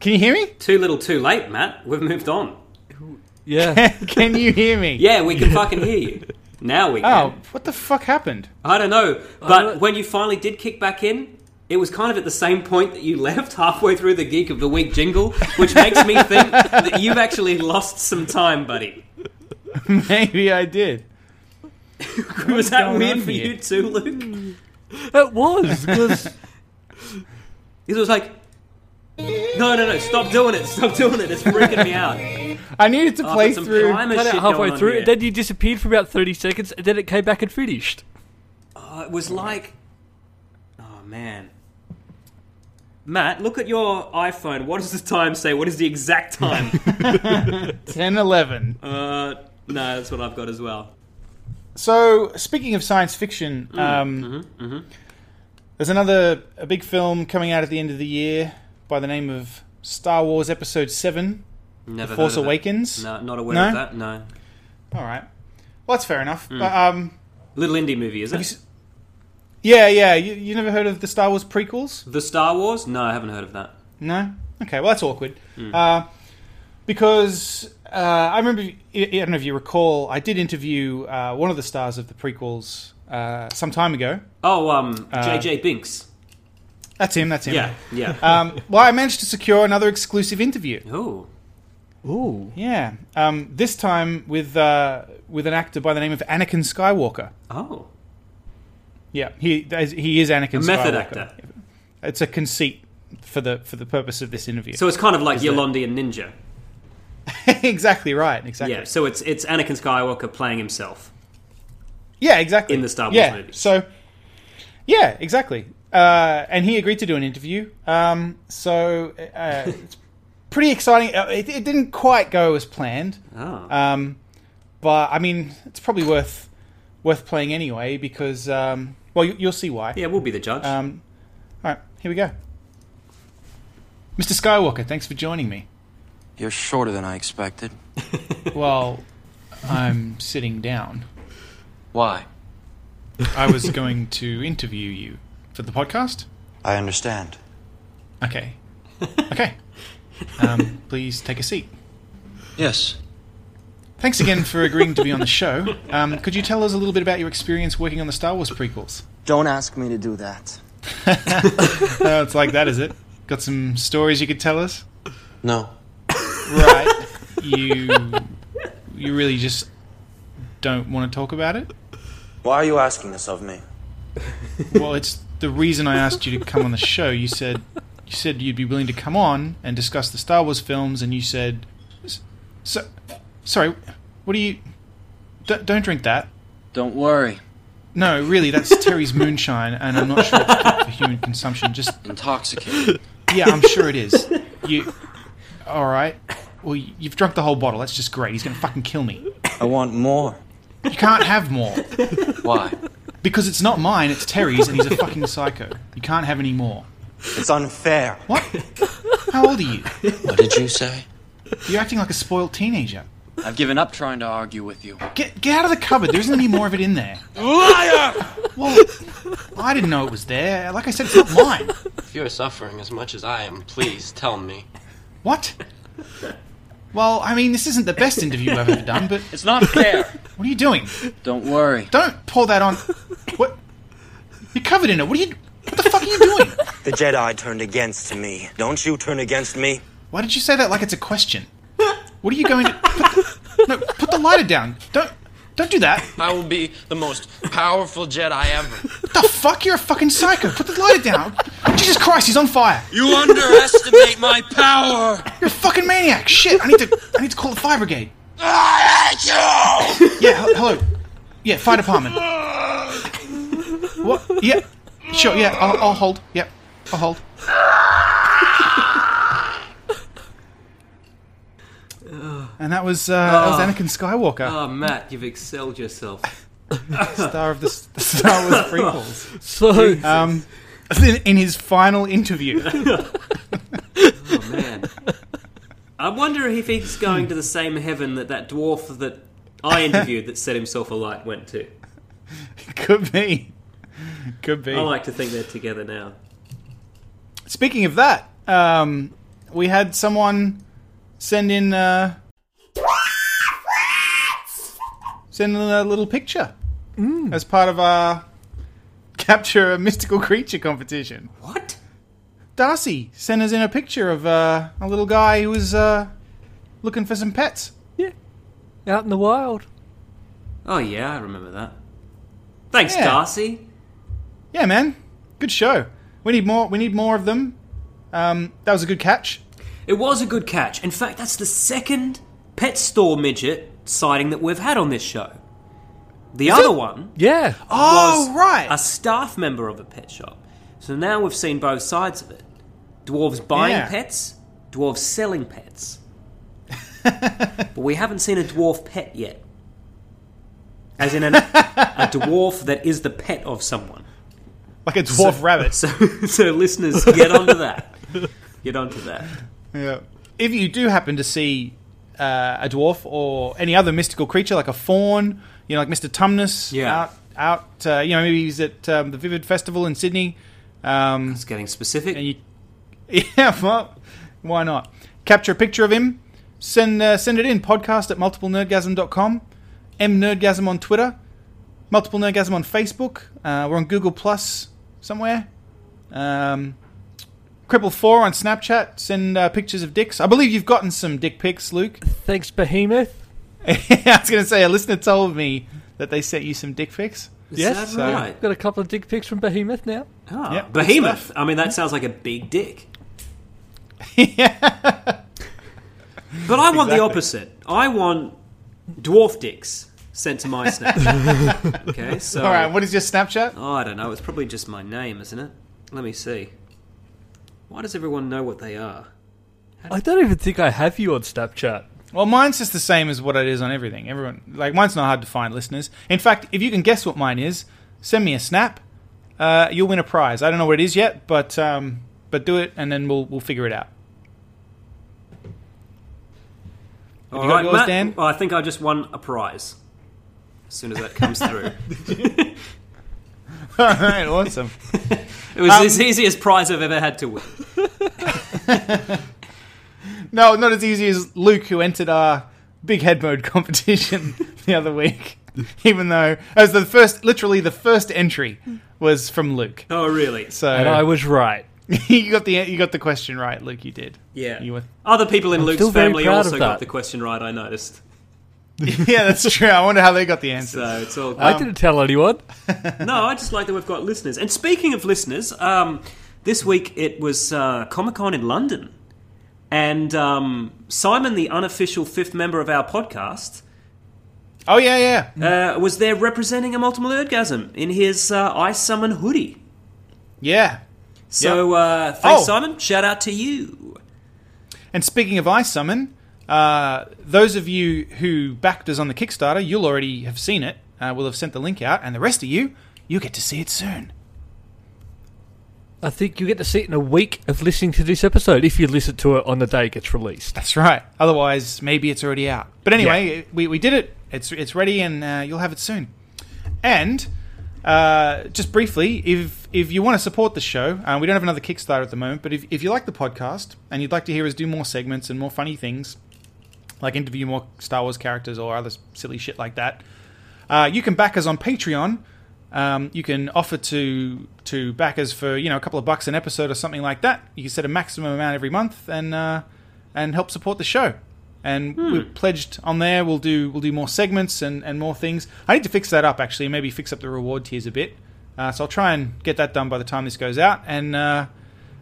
Speaker 1: Can you hear me?
Speaker 3: too little, too late, Matt. We've moved on.
Speaker 2: yeah.
Speaker 1: Can you hear me?
Speaker 3: Yeah, we can fucking hear you. Now we can.
Speaker 1: Oh, what the fuck happened?
Speaker 3: I don't know, but
Speaker 1: Uh,
Speaker 2: don't-
Speaker 3: when you finally did kick back in, it was kind of at the same point that you left halfway through the Geek of the Week jingle, which makes me think that you've actually lost some time, buddy.
Speaker 1: Maybe I did.
Speaker 3: was that
Speaker 1: going
Speaker 3: weird
Speaker 1: on
Speaker 3: for
Speaker 1: here?
Speaker 3: you too, Luke?
Speaker 2: That was, because
Speaker 3: It was like, no, no, no, stop doing it, stop doing it, it's freaking me out.
Speaker 1: I needed to
Speaker 3: I've
Speaker 1: play
Speaker 3: got Oh, some
Speaker 1: through.
Speaker 3: primer
Speaker 2: cut
Speaker 3: shit
Speaker 2: out halfway
Speaker 3: going on
Speaker 2: through,
Speaker 3: here.
Speaker 2: and then you disappeared for about 30 seconds, and then it came back and finished.
Speaker 3: Oh, it was like, oh man. Matt, look at your iPhone. What does the time say? What is the exact time?
Speaker 1: 10 11.
Speaker 3: uh, no, that's what I've got as well.
Speaker 1: So, speaking of science fiction,
Speaker 3: Hmm,
Speaker 1: um, there's another a big film coming out at the end of the year by the name of Star Wars Episode 7
Speaker 3: Never
Speaker 1: Force
Speaker 3: heard of it.
Speaker 1: Awakens.
Speaker 3: No, not aware
Speaker 1: No?
Speaker 3: of that. No.
Speaker 1: All right. Well, that's fair enough. But, um,
Speaker 3: Little indie movie, is it?
Speaker 1: have you s- yeah, yeah. You, you never heard of the Star Wars prequels?
Speaker 3: the Star Wars? No, I haven't heard of that.
Speaker 1: No. Okay. Well, that's awkward. Uh, because uh, I remember, I I don't know if you recall, I did interview uh, one of the stars of the prequels uh, some time ago.
Speaker 3: Oh, um,
Speaker 1: Uh,
Speaker 3: JJ Binks.
Speaker 1: That's him. That's him.
Speaker 3: Yeah, yeah.
Speaker 1: Um, well, I managed to secure another exclusive interview.
Speaker 3: Ooh.
Speaker 2: Ooh.
Speaker 1: Yeah. Um, this time with uh, with an actor by the name of Anakin Skywalker.
Speaker 3: Oh.
Speaker 1: Yeah, he he is Anakin.
Speaker 3: A method
Speaker 1: Skywalker.
Speaker 3: actor.
Speaker 1: It's a conceit for the for the purpose of this interview.
Speaker 3: So it's kind of like Yolandi and Ninja.
Speaker 1: exactly right. Exactly.
Speaker 3: Yeah, so it's it's Anakin Skywalker playing himself.
Speaker 1: Yeah, exactly.
Speaker 3: In the Star Wars
Speaker 1: yeah.
Speaker 3: movies.
Speaker 1: So, yeah, exactly. Uh, and he agreed to do an interview. Um, so uh, it's pretty exciting. Uh, It, it didn't quite go as planned,
Speaker 3: Oh.
Speaker 1: um, but I mean, it's probably worth worth playing anyway because um, well, you, you'll see why.
Speaker 3: yeah, we'll be the judge.
Speaker 1: Um, all right, here we go. Mr. Skywalker, thanks for joining me.
Speaker 5: You're shorter than I expected.
Speaker 1: Well, I'm sitting down.
Speaker 5: Why?
Speaker 1: I was going to interview you for the podcast.
Speaker 5: I understand.
Speaker 1: Okay. Okay. Um, please take a seat.
Speaker 5: Yes.
Speaker 1: Thanks again for agreeing to be on the show. Um, could you tell us a little bit about your experience working on the Star Wars prequels?
Speaker 6: Don't ask me to do that.
Speaker 1: Uh, it's like that, is it? Got some stories you could tell us?
Speaker 5: No.
Speaker 1: Right. You you really just don't want to talk about it?
Speaker 5: Why are you asking this of me?
Speaker 1: Well, it's the reason I asked you to come on the show. You said you said you'd be willing to come on and discuss the Star Wars films, and you said, "S- "So, sorry, what do you? D- don't drink that."
Speaker 5: Don't worry.
Speaker 1: No, really, that's Terry's moonshine, and I'm not sure it's good for human consumption. Just
Speaker 5: Intoxicated.
Speaker 1: yeah, I'm sure it is. You, all right? Well, you've drunk the whole bottle. That's just great. He's gonna fucking kill me.
Speaker 5: I want more.
Speaker 1: You can't have more
Speaker 5: Why?
Speaker 1: because it's not mine. It's Terry's, and he's a fucking psycho. You can't have any more.
Speaker 5: It's unfair.
Speaker 1: What? How old are you?
Speaker 5: What did you say?
Speaker 1: You're acting like a spoiled teenager.
Speaker 5: I've given up trying to argue with you.
Speaker 1: Get get out of the cupboard. There isn't any more of it in there.
Speaker 5: Liar!
Speaker 1: Well, I didn't know it was there. Like I said, it's not mine.
Speaker 7: If you're suffering as much as I am, please tell me.
Speaker 1: What? Well, I mean, this isn't the best interview I've ever done, but
Speaker 5: It's not fair.
Speaker 1: what are you doing?
Speaker 5: Don't worry.
Speaker 1: Don't pour that on. What? You're covered in it. What are you? What the fuck are you doing?
Speaker 8: The Jedi turned against me. Don't you turn against me?
Speaker 1: Why did you say that like it's a question? What are you going to? Put the, no, put the lighter down. Don't. Don't do that.
Speaker 7: I will be the most powerful Jedi ever.
Speaker 1: What the fuck? You're a fucking psycho. Put the lighter down. Jesus Christ, he's on fire.
Speaker 7: You underestimate my power!
Speaker 1: You're a fucking maniac. Shit, I need to. I need to call the fire brigade.
Speaker 7: I hate you!
Speaker 1: Yeah, he- hello. Yeah, fire department. What? Yeah, sure. Yeah, I'll, I'll hold. Yep, I'll hold. And that was uh, that was Anakin Skywalker,
Speaker 3: Oh, Matt, you've excelled yourself.
Speaker 1: star of the, S- the Star Wars prequels.
Speaker 2: So
Speaker 1: Um, in, in his final interview,
Speaker 3: Oh, man. I wonder if he's going to the same heaven that that dwarf that I interviewed that set himself alight went to.
Speaker 1: could be, could be.
Speaker 3: I like to think they're together now.
Speaker 1: Speaking of that, um, we had someone send in uh, send in a little picture
Speaker 3: Mm.
Speaker 1: as part of our capture a mystical creature competition.
Speaker 3: What?
Speaker 1: Darcy sent us in a picture of uh, a little guy who was uh, looking for some pets.
Speaker 2: out in the wild.
Speaker 3: Oh, yeah, I remember that. Thanks,
Speaker 1: Yeah.
Speaker 3: Darcy.
Speaker 1: Yeah, man, good show. We need more. We need more of them. Um, that was a good catch.
Speaker 3: It was a good catch. In fact, that's the second pet store midget sighting that we've had on this show. The other one
Speaker 2: Yeah.
Speaker 1: Oh,
Speaker 3: was
Speaker 1: right.
Speaker 3: a staff member of a pet shop. So now we've seen both sides of it. Dwarves buying
Speaker 1: Yeah.
Speaker 3: pets, dwarves selling pets. but we haven't seen a dwarf pet yet. As in an, a dwarf that is the pet of someone.
Speaker 1: like a dwarf rabbit.
Speaker 3: So, so listeners, get onto that. Get onto that.
Speaker 1: Yeah. If you do happen to see uh, a dwarf or any other mystical creature, like a fawn, you know, like Mr. Tumnus,
Speaker 3: Yeah.
Speaker 1: out, out uh, you know, maybe he's at um, the Vivid Festival in Sydney. Um,
Speaker 3: It's getting specific.
Speaker 1: and you, yeah, well, why not? Capture a picture of him, send uh, send it in, podcast at multiplenerdgasm.com, mnerdgasm on Twitter, multiple nerdgasm on Facebook, uh, we're on Google Plus somewhere. Um, Cripple4 on Snapchat, send uh, pictures of dicks. I believe you've gotten some dick pics, Luke.
Speaker 2: Thanks, Behemoth.
Speaker 1: I was going to say, a listener told me that they sent you some dick pics.
Speaker 3: Is
Speaker 2: yes,
Speaker 3: that
Speaker 1: so-
Speaker 3: right?
Speaker 2: Got a couple of dick pics from Behemoth now.
Speaker 3: Ah,
Speaker 1: Yep.
Speaker 3: behemoth. I mean, that sounds like a big dick. But I want the
Speaker 1: Exactly.
Speaker 3: opposite. I want dwarf dicks sent to my Snapchat. okay, so
Speaker 1: All right, what is your Snapchat?
Speaker 3: oh, I don't know. It's probably just my name, isn't it? Let me see. Why does everyone know what they are?
Speaker 2: I don't even think I have you on Snapchat.
Speaker 1: Well, mine's just the same as what it is on everything. Everyone like mine's not hard to find, listeners. In fact, if you can guess what mine is, send me a snap. Uh, you'll win a prize. I don't know what it is yet, but um, but do it, and then we'll we'll figure it out.
Speaker 3: All
Speaker 1: you got
Speaker 3: right,
Speaker 1: yours,
Speaker 3: Matt,
Speaker 1: Dan?
Speaker 3: Well, I think I just won a prize. As soon as that comes through,
Speaker 1: All right, awesome.
Speaker 3: it was
Speaker 1: Um,
Speaker 3: the easiest prize I've ever had to win.
Speaker 1: No, not as easy as Luke, who entered our big head mode competition the other week. Even though as the first, literally the first entry was from Luke.
Speaker 3: Oh, really?
Speaker 1: So
Speaker 2: And I was right.
Speaker 1: you got the you got the question right, Luke. You did.
Speaker 3: Yeah.
Speaker 1: You were
Speaker 3: Other people in Luke's
Speaker 2: still very
Speaker 3: family
Speaker 2: proud
Speaker 3: also
Speaker 2: of
Speaker 3: got
Speaker 2: that.
Speaker 3: the question right. I noticed.
Speaker 1: yeah, that's true. I wonder how they got the answer.
Speaker 3: So it's all.
Speaker 2: I didn't tell anyone.
Speaker 3: No, I just like that we've got listeners. And speaking of listeners, um, this week it was uh, Comic Con in London. And um, Simon, the unofficial fifth member of our podcast,
Speaker 1: Oh yeah, yeah.
Speaker 2: Hmm.
Speaker 3: uh, was there representing a multiple orgasm in his uh, I Summon hoodie.
Speaker 1: Yeah.
Speaker 3: So uh, thanks,
Speaker 1: Oh.
Speaker 3: Simon. Shout out to you.
Speaker 1: And speaking of I Summon, uh, those of you who backed us on the Kickstarter, you'll already have seen it. Uh, we'll have sent the link out, and the rest of you, you get to see it soon.
Speaker 2: I think you get to see it in a week of listening to this episode if you listen to it on the day it gets released.
Speaker 1: That's right. Otherwise, maybe it's already out. But anyway, we, we did it. It's it's ready, and uh, you'll have it soon. And uh, just briefly, if if you want to support the show, uh, we don't have another Kickstarter at the moment. But if, if you like the podcast and you'd like to hear us do more segments and more funny things, like interview more Star Wars characters or other silly shit like that, uh, you can back us on Patreon. Um, you can offer to to back us for you know a couple of bucks an episode or something like that. You can set a maximum amount every month and uh, and help support the show. and
Speaker 3: Hmm.
Speaker 1: we're pledged on there. We'll do we'll do more segments and, and more things. I need to fix that up actually, and maybe fix up the reward tiers a bit. Uh, so I'll try and get that done by the time this goes out. And uh,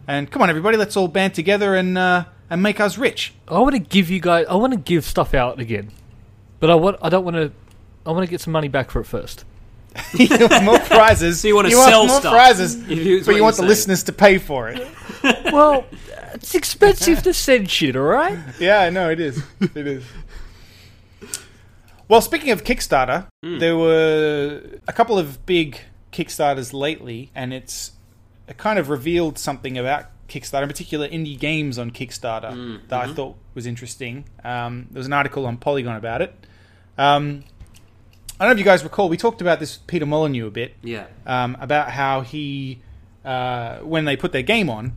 Speaker 1: and come on everybody, let's all band together and uh, and make us rich.
Speaker 2: I want to give you guys. I want to give stuff out again, but I want. I don't want to. I want to get some money back for it first.
Speaker 1: more prizes. So
Speaker 3: you wanna
Speaker 1: want
Speaker 3: sell
Speaker 1: more
Speaker 3: stuff.
Speaker 1: prizes,
Speaker 3: If you- is
Speaker 1: but
Speaker 3: what
Speaker 1: you want
Speaker 3: you're
Speaker 1: the
Speaker 3: saying.
Speaker 1: listeners to pay for it.
Speaker 2: Well, it's expensive to send shit. All right.
Speaker 1: Yeah, I know it is. It is. Well, speaking of Kickstarter, there were a couple of big Kickstarters lately, and it's it kind of revealed something about Kickstarter, in particular indie games on Kickstarter, that I thought was interesting. Um, there was an article on Polygon about it. Um, I don't know if you guys recall, we talked about this with Peter Molyneux a bit
Speaker 3: Yeah.
Speaker 1: um, about how he, uh, when they put their game on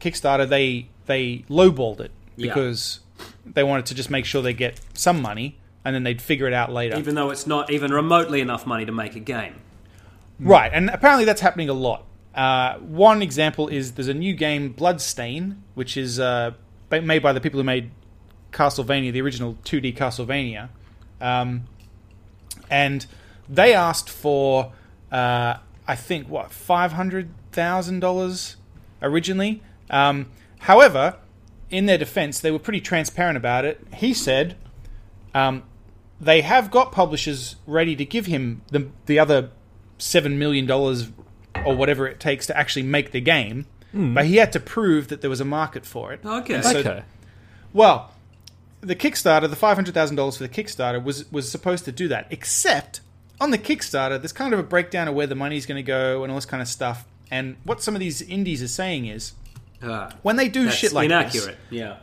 Speaker 1: Kickstarter, they they lowballed it
Speaker 3: Yeah.
Speaker 1: because they wanted to just make sure they get some money and then they'd figure it out later.
Speaker 3: Even though it's not even remotely enough money to make a game.
Speaker 1: Right, and apparently that's happening a lot. Uh, one example is there's a new game, Bloodstain, which is uh, ba- made by the people who made Castlevania, the original 2D Castlevania, um, and they asked for, uh, I think, what five hundred thousand dollars originally. Um, however, in their defense, they were pretty transparent about it. He said, um, they have got publishers ready to give him the the other seven million dollars or whatever it takes to actually make the game, but he had to prove that there was a market for it.
Speaker 3: Okay.
Speaker 1: So-
Speaker 2: okay.
Speaker 1: Well, the Kickstarter, the five hundred thousand dollars for the Kickstarter was was supposed to do that, except on the Kickstarter, there's kind of a breakdown of where the money's going to go and all this kind of stuff. And what some of these indies are saying is
Speaker 3: Ah,
Speaker 1: when they do
Speaker 3: that's
Speaker 1: shit like this-
Speaker 3: inaccurate. Yeah.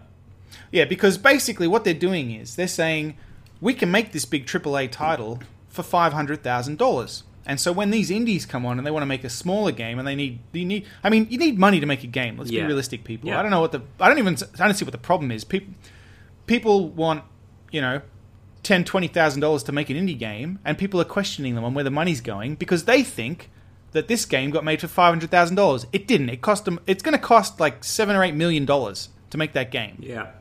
Speaker 1: yeah, because basically what they're doing is they're saying we can make this big AAA title for five hundred thousand dollars. And so when these indies come on and they want to make a smaller game and they need you need I mean you need money to make a game. Let's
Speaker 3: Yeah.
Speaker 1: be realistic, people.
Speaker 3: Yeah.
Speaker 1: I don't know what the I don't even I don't see what the problem is. People people want you know ten twenty thousand dollars to make an indie game, and people are questioning them on where the money's going because they think that this game got made for five hundred thousand dollars. It didn't. It cost them. It's going to cost like seven or eight million dollars to make that game.
Speaker 3: Yeah.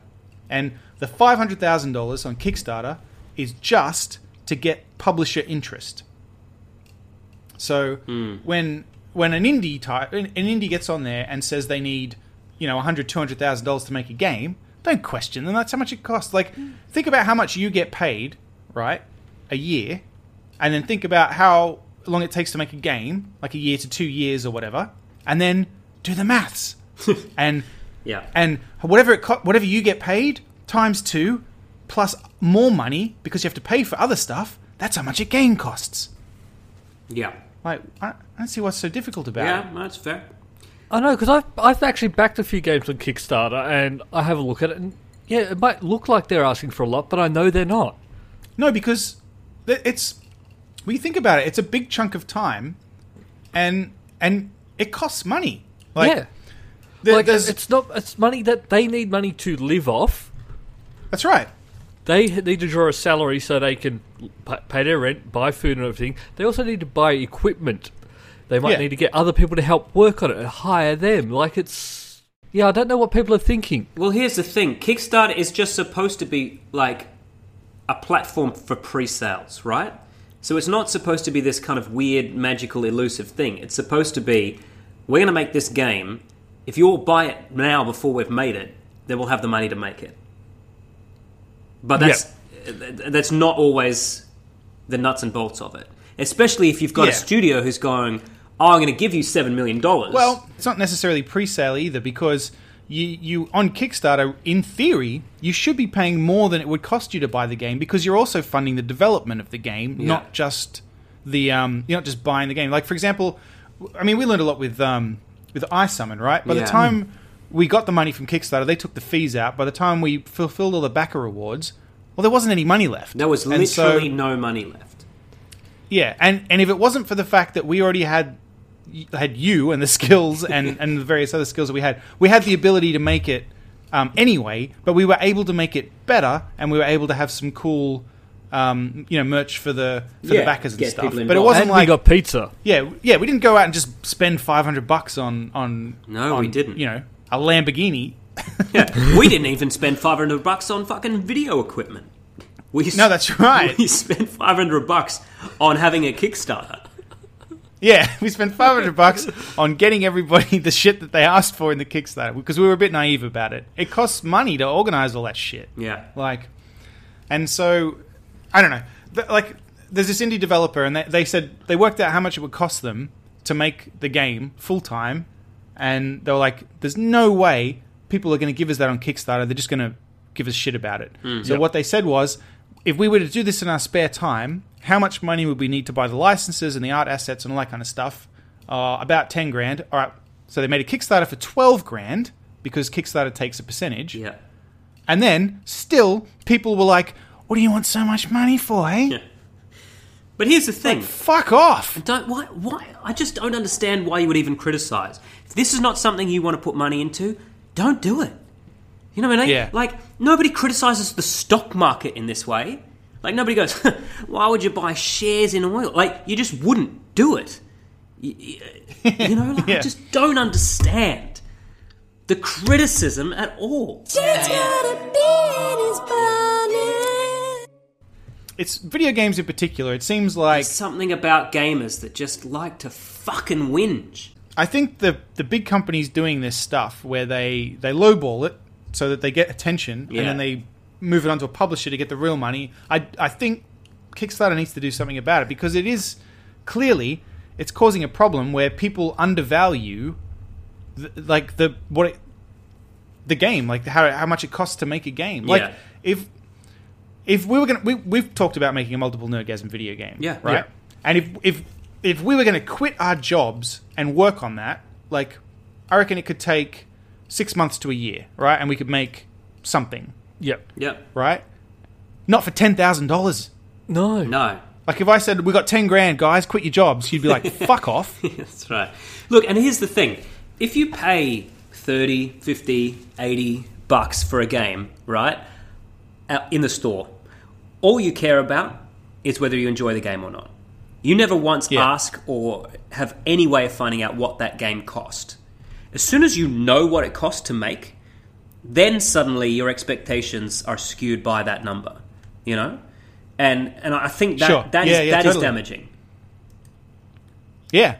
Speaker 1: And the five hundred thousand dollars on Kickstarter is just to get publisher interest. So when when an indie type an an indie gets on there and says they need you know 100 200000 dollars to make a game, don't question them. That's how much it costs. Like think about how much you get paid, right, a year, and then think about how long it takes to make a game, like a year to two years or whatever, and then do the maths. and
Speaker 3: Yeah.
Speaker 1: and whatever it co- whatever you get paid times two plus more money because you have to pay for other stuff that's how much a game costs
Speaker 3: yeah.
Speaker 1: like i I don't see what's so difficult about
Speaker 3: Yeah,
Speaker 1: it
Speaker 3: no, that's fair.
Speaker 2: I know because I've I've actually backed a few games on Kickstarter and I have a look at it and yeah, it might look like they're asking for a lot, but I know they're not.
Speaker 1: no because th- it's when you think about it it's a big chunk of time and and it costs money like
Speaker 2: yeah,
Speaker 1: there-
Speaker 2: like
Speaker 1: there's-
Speaker 2: it's not it's money that they need money to live off.
Speaker 1: that's right
Speaker 2: They h- need to draw a salary so they can p- pay their rent, buy food and everything. They also need to buy equipment. They might
Speaker 1: Yeah.
Speaker 2: need to get other people to help work on it and hire them. Like it's yeah, I don't know what people are thinking.
Speaker 3: Well, here's the thing Kickstarter is just supposed to be like a platform for pre sales, right? So it's not supposed to be this kind of weird, magical, elusive thing. It's supposed to be we're going to make this game. If you all buy it now before we've made it, then we'll have the money to make it. But that's, th- that's not always the nuts and bolts of it. Especially if you've got
Speaker 1: Yeah.
Speaker 3: a studio who's going, oh, I'm going to give you $7 million.
Speaker 1: Well, it's not necessarily pre-sale either because you you on Kickstarter in theory you should be paying more than it would cost you to buy the game because you're also funding the development of the game, not just the um you're not just buying the game. Like for example, I mean we learned a lot with um with iSummon, right? By the
Speaker 3: Yeah.
Speaker 1: time we got the money from Kickstarter, they took the fees out. By the time we fulfilled all the backer rewards, well there wasn't any money left.
Speaker 3: there was
Speaker 1: And so-
Speaker 3: literally no money left.
Speaker 1: yeah, and and if it wasn't for the fact that we already had had you and the skills and and the various other skills that we had, we had the ability to make it um, anyway. But we were able to make it better, and we were able to have some cool. Um, you know, merch for the for
Speaker 3: Yeah,
Speaker 1: the backers and
Speaker 3: get
Speaker 1: stuff,
Speaker 3: people
Speaker 1: but it
Speaker 3: involved.
Speaker 1: wasn't
Speaker 2: And we
Speaker 1: like
Speaker 2: got pizza.
Speaker 1: yeah, yeah. We didn't go out and just spend five hundred bucks on on
Speaker 3: No,
Speaker 1: on,
Speaker 3: we didn't.
Speaker 1: You know, a Lamborghini.
Speaker 3: Yeah, we didn't even spend 500 bucks on fucking video equipment. We s-
Speaker 1: No, that's right.
Speaker 3: We spent 500 bucks on having a Kickstarter.
Speaker 1: Yeah, we spent 500 bucks on getting everybody the shit that they asked for in the Kickstarter because we were a bit naive about it. It costs money to organize all that shit.
Speaker 3: Yeah.
Speaker 1: Like, and so, I don't know. Th- Like, there's this indie developer, and they, they said they worked out how much it would cost them to make the game full time. And they were like, there's no way people are going to give us that on Kickstarter. They're just going to give us shit about it. so, what they said was, if we were to do this in our spare time, how much money would we need to buy the licenses and the art assets and all that kind of stuff? Uh, about 10 grand. All right. So, they made a Kickstarter for 12 grand because Kickstarter takes a percentage.
Speaker 3: Yeah.
Speaker 1: And then, still, people were like, "What do you want so much money for, eh?
Speaker 3: Yeah. But here's the thing.
Speaker 1: Fuck off!"
Speaker 3: Don't why why I just don't understand why you would even criticize. If this is not something you want to put money into, don't do it. You know what I mean?
Speaker 1: Yeah.
Speaker 3: Like nobody criticizes the stock market in this way. Like nobody goes, "Why would you buy shares in oil?" Like you just wouldn't do it. Y- y- You, know, like, I
Speaker 1: Yeah.
Speaker 3: just don't understand the criticism at all.
Speaker 1: It's video games in particular. It seems like
Speaker 3: There's something about gamers that just like to fucking whinge.
Speaker 1: I think the the big companies doing this stuff where they they lowball it so that they get attention
Speaker 3: Yeah.
Speaker 1: and then they move it onto a publisher to get the real money. I I think Kickstarter needs to do something about it because it is clearly it's causing a problem where people undervalue th- like the what it, the game like how how much it costs to make a game. Like
Speaker 3: Yeah.
Speaker 1: if if we were going to we, we've talked about making a multiple nerdgasm video game
Speaker 3: Yeah.
Speaker 1: right and if if if we were going to quit our jobs and work on that like i reckon it could take six months to a year right and we could make something
Speaker 2: Yep.
Speaker 3: Yep.
Speaker 1: right not for $10000
Speaker 2: No.
Speaker 3: No.
Speaker 1: like if i said we got 10 grand guys quit your jobs you'd be like fuck off
Speaker 3: That's right. Look, and here's the thing. If you pay 30, 50, 80 bucks for a game, right, uh, in the store, all you care about is whether you enjoy the game or not. You never once
Speaker 1: Yeah.
Speaker 3: ask or have any way of finding out what that game cost. As soon as you know what it cost to make, then suddenly your expectations are skewed by that number, you know? And and I think that
Speaker 1: Sure.
Speaker 3: that is
Speaker 1: Yeah, yeah,
Speaker 3: that is
Speaker 1: totally.
Speaker 3: damaging.
Speaker 1: yeah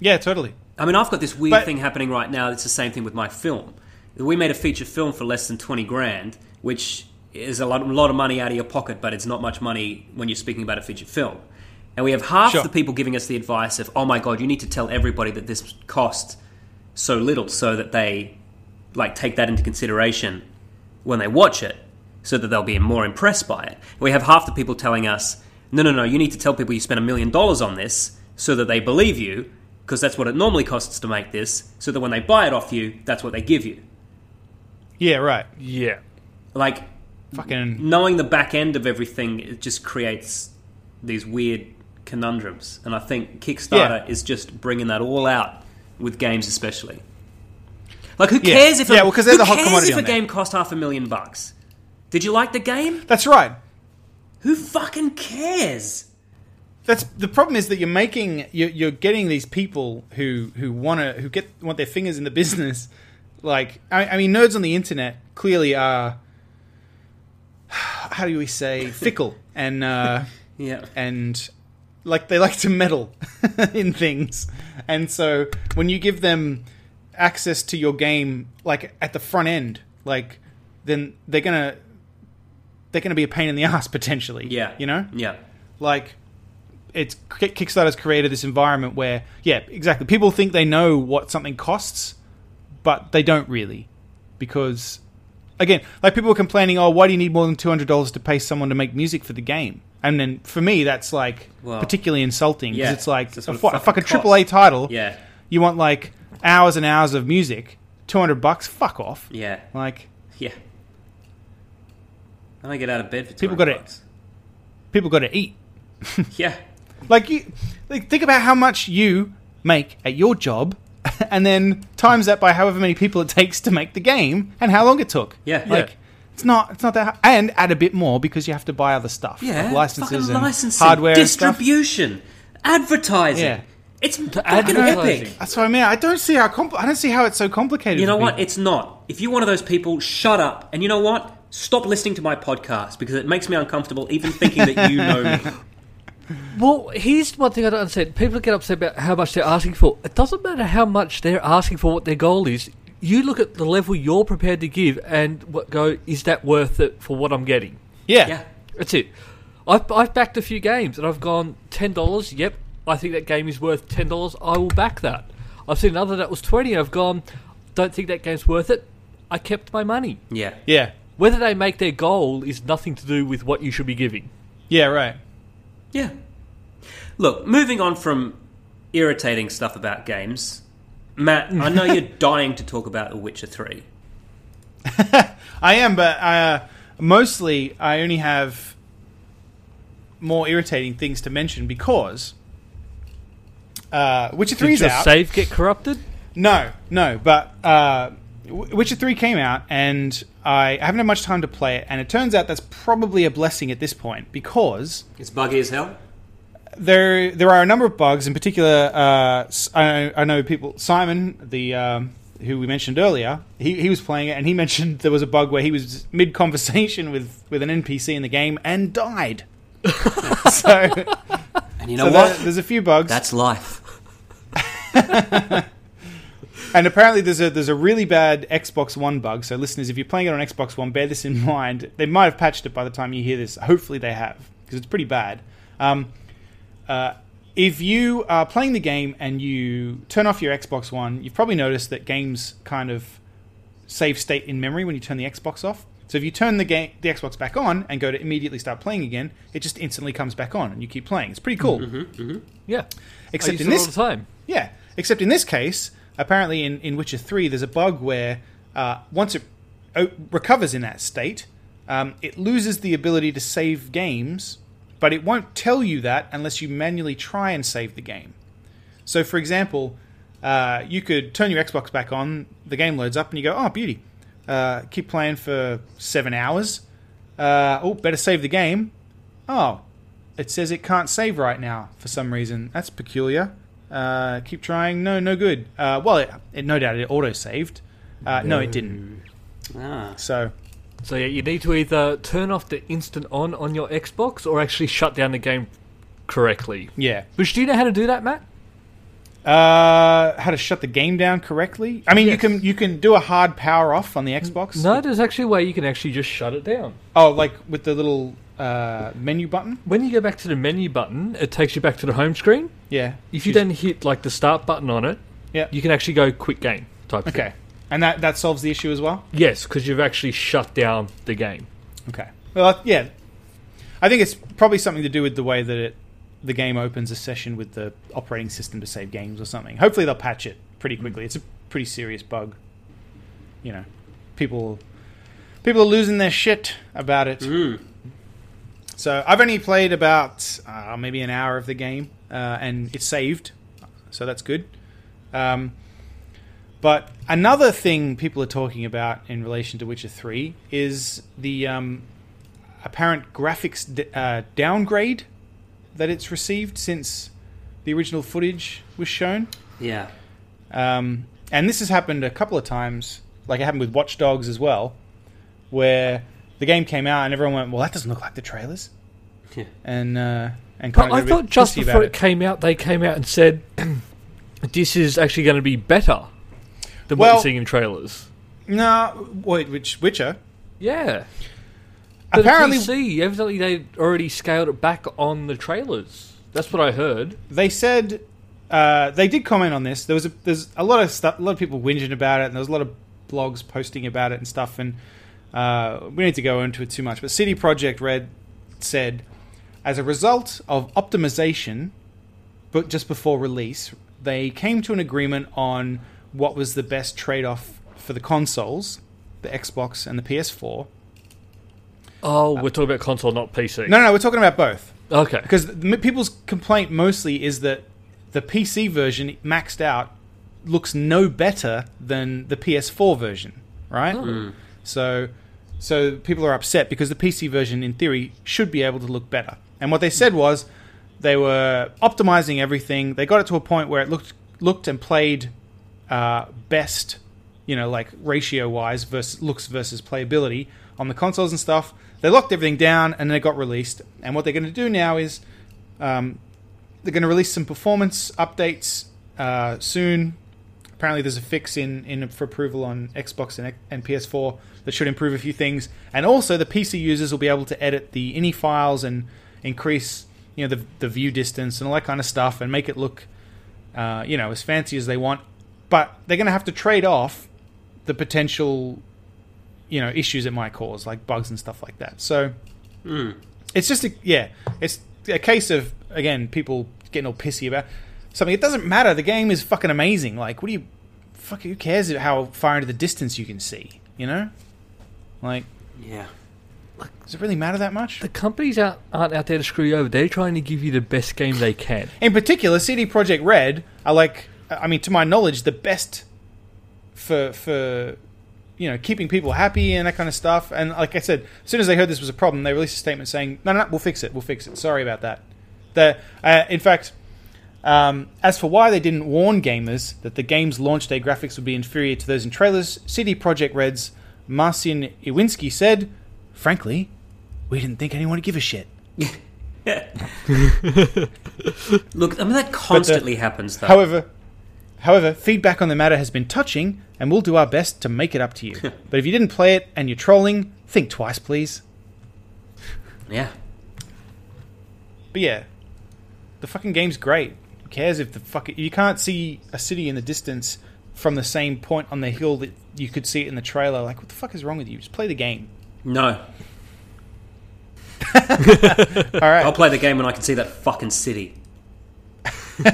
Speaker 1: yeah totally
Speaker 3: I mean, I've got this weird
Speaker 1: But-
Speaker 3: thing happening right now. It's the same thing with my film. We made a feature film for less than twenty grand, which is a lot, a lot of money out of your pocket, but it's not much money when you're speaking about a feature film. And we have half
Speaker 1: Sure.
Speaker 3: the people giving us the advice of, "Oh my god, you need to tell everybody that this cost so little, so that they like take that into consideration when they watch it, so that they'll be more impressed by it." We have half the people telling us, "No, no, no, you need to tell people you spent a million dollars on this, so that they believe you, because that's what it normally costs to make this, so that when they buy it off you, that's what they give you."
Speaker 1: yeah right
Speaker 2: Yeah.
Speaker 3: Like
Speaker 1: fucking
Speaker 3: knowing the back end of everything, it just creates these weird conundrums, and I think Kickstarter is just bringing that all out with games, especially. Like, who
Speaker 1: Yeah.
Speaker 3: cares if
Speaker 1: Yeah,
Speaker 3: a,
Speaker 1: well, 'cause they're
Speaker 3: who
Speaker 1: the hot
Speaker 3: cares
Speaker 1: commodity
Speaker 3: if
Speaker 1: on
Speaker 3: a
Speaker 1: there.
Speaker 3: game cost half a million bucks? Did you like the game?
Speaker 1: that's right
Speaker 3: Who fucking cares?
Speaker 1: that's the problem is that you're making you're, you're getting these people who who want to who get want their fingers in the business like I, I mean nerds on the internet clearly are how do we say fickle and uh
Speaker 3: Yeah,
Speaker 1: and like they like to meddle in things and so when you give them access to your game like at the front end like then they're gonna they're gonna be a pain in the ass potentially
Speaker 3: yeah,
Speaker 1: you know
Speaker 3: yeah,
Speaker 1: like it's Kick- Kickstarter's created this environment where yeah, exactly. People think they know what something costs, but they don't really because again, like people were complaining, "Oh, why do you need more than $200 to pay someone to make music for the game?" And then for me that's like
Speaker 3: Well,
Speaker 1: particularly insulting because
Speaker 3: yeah,
Speaker 1: it's like
Speaker 3: it's just
Speaker 1: a,
Speaker 3: what
Speaker 1: fu-
Speaker 3: it
Speaker 1: a
Speaker 3: fucking
Speaker 1: fucking
Speaker 3: costs.
Speaker 1: AAA title.
Speaker 3: yeah,
Speaker 1: You want like hours and hours of music, 200 bucks, fuck off.
Speaker 3: yeah,
Speaker 1: Like
Speaker 3: yeah. And I get out of bed for
Speaker 1: People
Speaker 3: 200
Speaker 1: gotta-
Speaker 3: bucks.
Speaker 1: people got to eat.
Speaker 3: Yeah,
Speaker 1: Like you, like think about how much you make at your job, and then times that by however many people it takes to make the game, and how long it took.
Speaker 3: Yeah.
Speaker 1: like
Speaker 2: Yeah.
Speaker 1: it's not it's not that, hard. and add a bit more because you have to buy other stuff,
Speaker 3: yeah.
Speaker 1: like licenses
Speaker 3: fucking
Speaker 1: and
Speaker 3: licensing,
Speaker 1: hardware and stuff.
Speaker 3: distribution, advertising.
Speaker 1: Yeah.
Speaker 3: It's fucking
Speaker 2: advertising.
Speaker 3: epic.
Speaker 1: That's what I mean. I don't see how compl- I don't see how it's so complicated.
Speaker 3: You know
Speaker 1: for
Speaker 3: what?
Speaker 1: people.
Speaker 3: It's not. If you're one of those people, shut up. And you know what? Stop listening to my podcast because it makes me uncomfortable even thinking that you know me.
Speaker 2: Well, here's one thing I don't understand. People get upset about how much they're asking for. It doesn't matter how much they're asking for, what their goal is. You look at the level you're prepared to give and what go, is that worth it for what I'm getting?
Speaker 1: yeah.
Speaker 3: Yeah.
Speaker 2: That's it. I've, I've backed a few games and I've gone $10. Yep, I think that game is worth $10. I will back that. I've seen another that was 20 I've gone, don't think that game's worth it. I kept my money.
Speaker 3: Yeah.
Speaker 1: yeah,
Speaker 2: Whether they make their goal is nothing to do with what you should be giving.
Speaker 1: yeah, right.
Speaker 3: Yeah. Look, moving on from irritating stuff about games, Matt, I know you're dying to talk about The Witcher 3.
Speaker 1: I am, but uh, mostly I only have more irritating things to mention because uh, Witcher
Speaker 2: Did
Speaker 1: Three's
Speaker 2: your
Speaker 1: out.
Speaker 2: save get corrupted?
Speaker 1: No, no, but uh, W- Witcher 3 came out, and I haven't had much time to play it, and it turns out that's probably a blessing at this point because
Speaker 3: It's buggy as hell.
Speaker 1: there there are a number of bugs. In particular, uh, S- I, I know people. Simon, the um, who we mentioned earlier, he, he was playing it, and he mentioned there was a bug where he was mid conversation with with an NPC in the game and died. so,
Speaker 3: And you
Speaker 1: so
Speaker 3: know
Speaker 1: there,
Speaker 3: what?
Speaker 1: there's a few bugs.
Speaker 3: That's life.
Speaker 1: And apparently, there's a there's a really bad Xbox One bug. So, listeners, if you're playing it on Xbox One, bear this in mind. They might have patched it by the time you hear this. Hopefully, they have because it's pretty bad. Um, uh, if you are playing the game and you turn off your Xbox One, you've probably noticed that games kind of save state in memory when you turn the Xbox off. So if you turn the game the Xbox back on and go to immediately start playing again, it just instantly comes back on and you keep playing. It's pretty cool.
Speaker 2: Yeah.
Speaker 1: Except
Speaker 2: Mm-hmm. I used
Speaker 1: in
Speaker 2: it
Speaker 1: this
Speaker 2: all the time.
Speaker 1: yeah, except in this case, apparently in, in Witcher 3, there's a bug where uh, once it o- recovers in that state, um, it loses the ability to save games, but it won't tell you that unless you manually try and save the game. So, for example, uh, you could turn your Xbox back on, the game loads up, and you go, oh, beauty. Uh, keep playing for seven hours. Uh, oh, better save the game. Oh, it says it can't save right now for some reason. That's peculiar. Uh, keep trying. No, no good. Uh, well, it, it no doubt it auto saved. Uh, no. it didn't.
Speaker 3: Ah.
Speaker 1: So
Speaker 2: So yeah, you need to either turn off the instant on on your Xbox or actually shut down the game correctly.
Speaker 1: yeah,
Speaker 2: Which do you know how to do that, Matt?
Speaker 1: uh, how to shut the game down correctly? I mean, you can you can do a hard power off on the Xbox.
Speaker 2: No, there's actually a way you can actually just shut it down.
Speaker 1: Oh, like with the little uh, menu button.
Speaker 2: When you go back to the menu button, it takes you back to the home screen.
Speaker 1: Yeah.
Speaker 2: If you then hit like the start button on it,
Speaker 1: Yeah.
Speaker 2: you can actually go quick game type. thing.
Speaker 1: Okay. And that that solves the issue as well.
Speaker 2: Yes, because you've actually shut down the game.
Speaker 1: Okay. Well, yeah. I think it's probably something to do with the way that it, the game opens a session with the operating system to save games or something. Hopefully, they'll patch it pretty quickly. It's a pretty serious bug. You know, people people are losing their shit about it. So I've only played about uh, maybe an hour of the game, uh, and it's saved, so that's good. Um, but another thing people are talking about in relation to Witcher Three is the um, apparent graphics d- uh, downgrade that it's received since the original footage was shown.
Speaker 3: Yeah.
Speaker 1: Um, and this has happened a couple of times, like it happened with Watch Dogs as well, where the game came out and everyone went, "Well, that doesn't look like the trailers,"
Speaker 3: Yeah.
Speaker 1: and uh, and kind
Speaker 2: But
Speaker 1: of
Speaker 2: I thought just before
Speaker 1: about
Speaker 2: it.
Speaker 1: it.
Speaker 2: came out, they came out and said this is actually going to be better than what
Speaker 1: Well-
Speaker 2: you're seeing in trailers.
Speaker 1: No, wait, which Witcher?
Speaker 2: Yeah. But
Speaker 1: Apparently,
Speaker 2: PC, evidently they already scaled it back on the trailers. That's what I heard.
Speaker 1: they said uh, they did comment on this. There was a, there's a lot of stuff, a lot of people whinging about it, and there was a lot of blogs posting about it and stuff. And uh, we don't need to go into it too much, but City Project Red said, as a result of optimization, but just before release, they came to an agreement on what was the best trade-off for the consoles, the Xbox and the PS4.
Speaker 2: Oh, we're talking about console, not PC.
Speaker 1: No, no, no we're talking about both.
Speaker 2: Okay.
Speaker 1: because m- people's complaint mostly is that the PC version maxed out looks no better than the PS4 version, right? So, so people are upset because the PC version, in theory, should be able to look better. And what they said was They were optimizing everything. They got it to a point where it looked looked and played uh, best, you know, like ratio wise versus looks versus playability on the consoles and stuff. They locked everything down and then it got released. And what they're going to do now is um, they're going to release some performance updates uh, soon. Apparently, there's a fix in, in for approval on Xbox and, and PS4 that should improve a few things. And also, the PC users will be able to edit the ini files and increase you know the, the view distance and all that kind of stuff and make it look uh, you know as fancy as they want. But they're going to have to trade off the potential you know issues it might cause, like bugs and stuff like that. So it's just a yeah it's a case of again people getting all pissy about something it doesn't matter the game is fucking amazing like what do you fuck who cares how far into the distance you can see you know like
Speaker 3: Yeah.
Speaker 1: does it really matter that much
Speaker 2: The companies aren't, aren't out there to screw you over. They're trying to give you the best game they can.
Speaker 1: in particular cd project red are like i mean to my knowledge the best for for you know keeping people happy and that kind of stuff and like i said as soon as they heard this was a problem they released a statement saying no no, no we'll fix it we'll fix it sorry about that the uh, in fact Um, as for why they didn't warn gamers that the game's launch day graphics would be inferior to those in trailers, CD Projekt Red's Marcin Iwinski said, "Frankly, we didn't think anyone would give a shit."
Speaker 3: Look, I mean
Speaker 1: uh,
Speaker 3: that constantly happens though.
Speaker 1: However, however, feedback on the matter has been touching, and we'll do our best to make it up to you. but if you didn't play it and you're trolling, think twice, please.
Speaker 3: yeah.
Speaker 1: But yeah, the fucking game's great. Who cares if the fuck you can't see a city in the distance from the same point on the hill that you could see it in the trailer? Like, what the fuck is wrong with you? Just play the game.
Speaker 3: No.
Speaker 1: All right.
Speaker 3: I'll play the game when I can see that fucking city.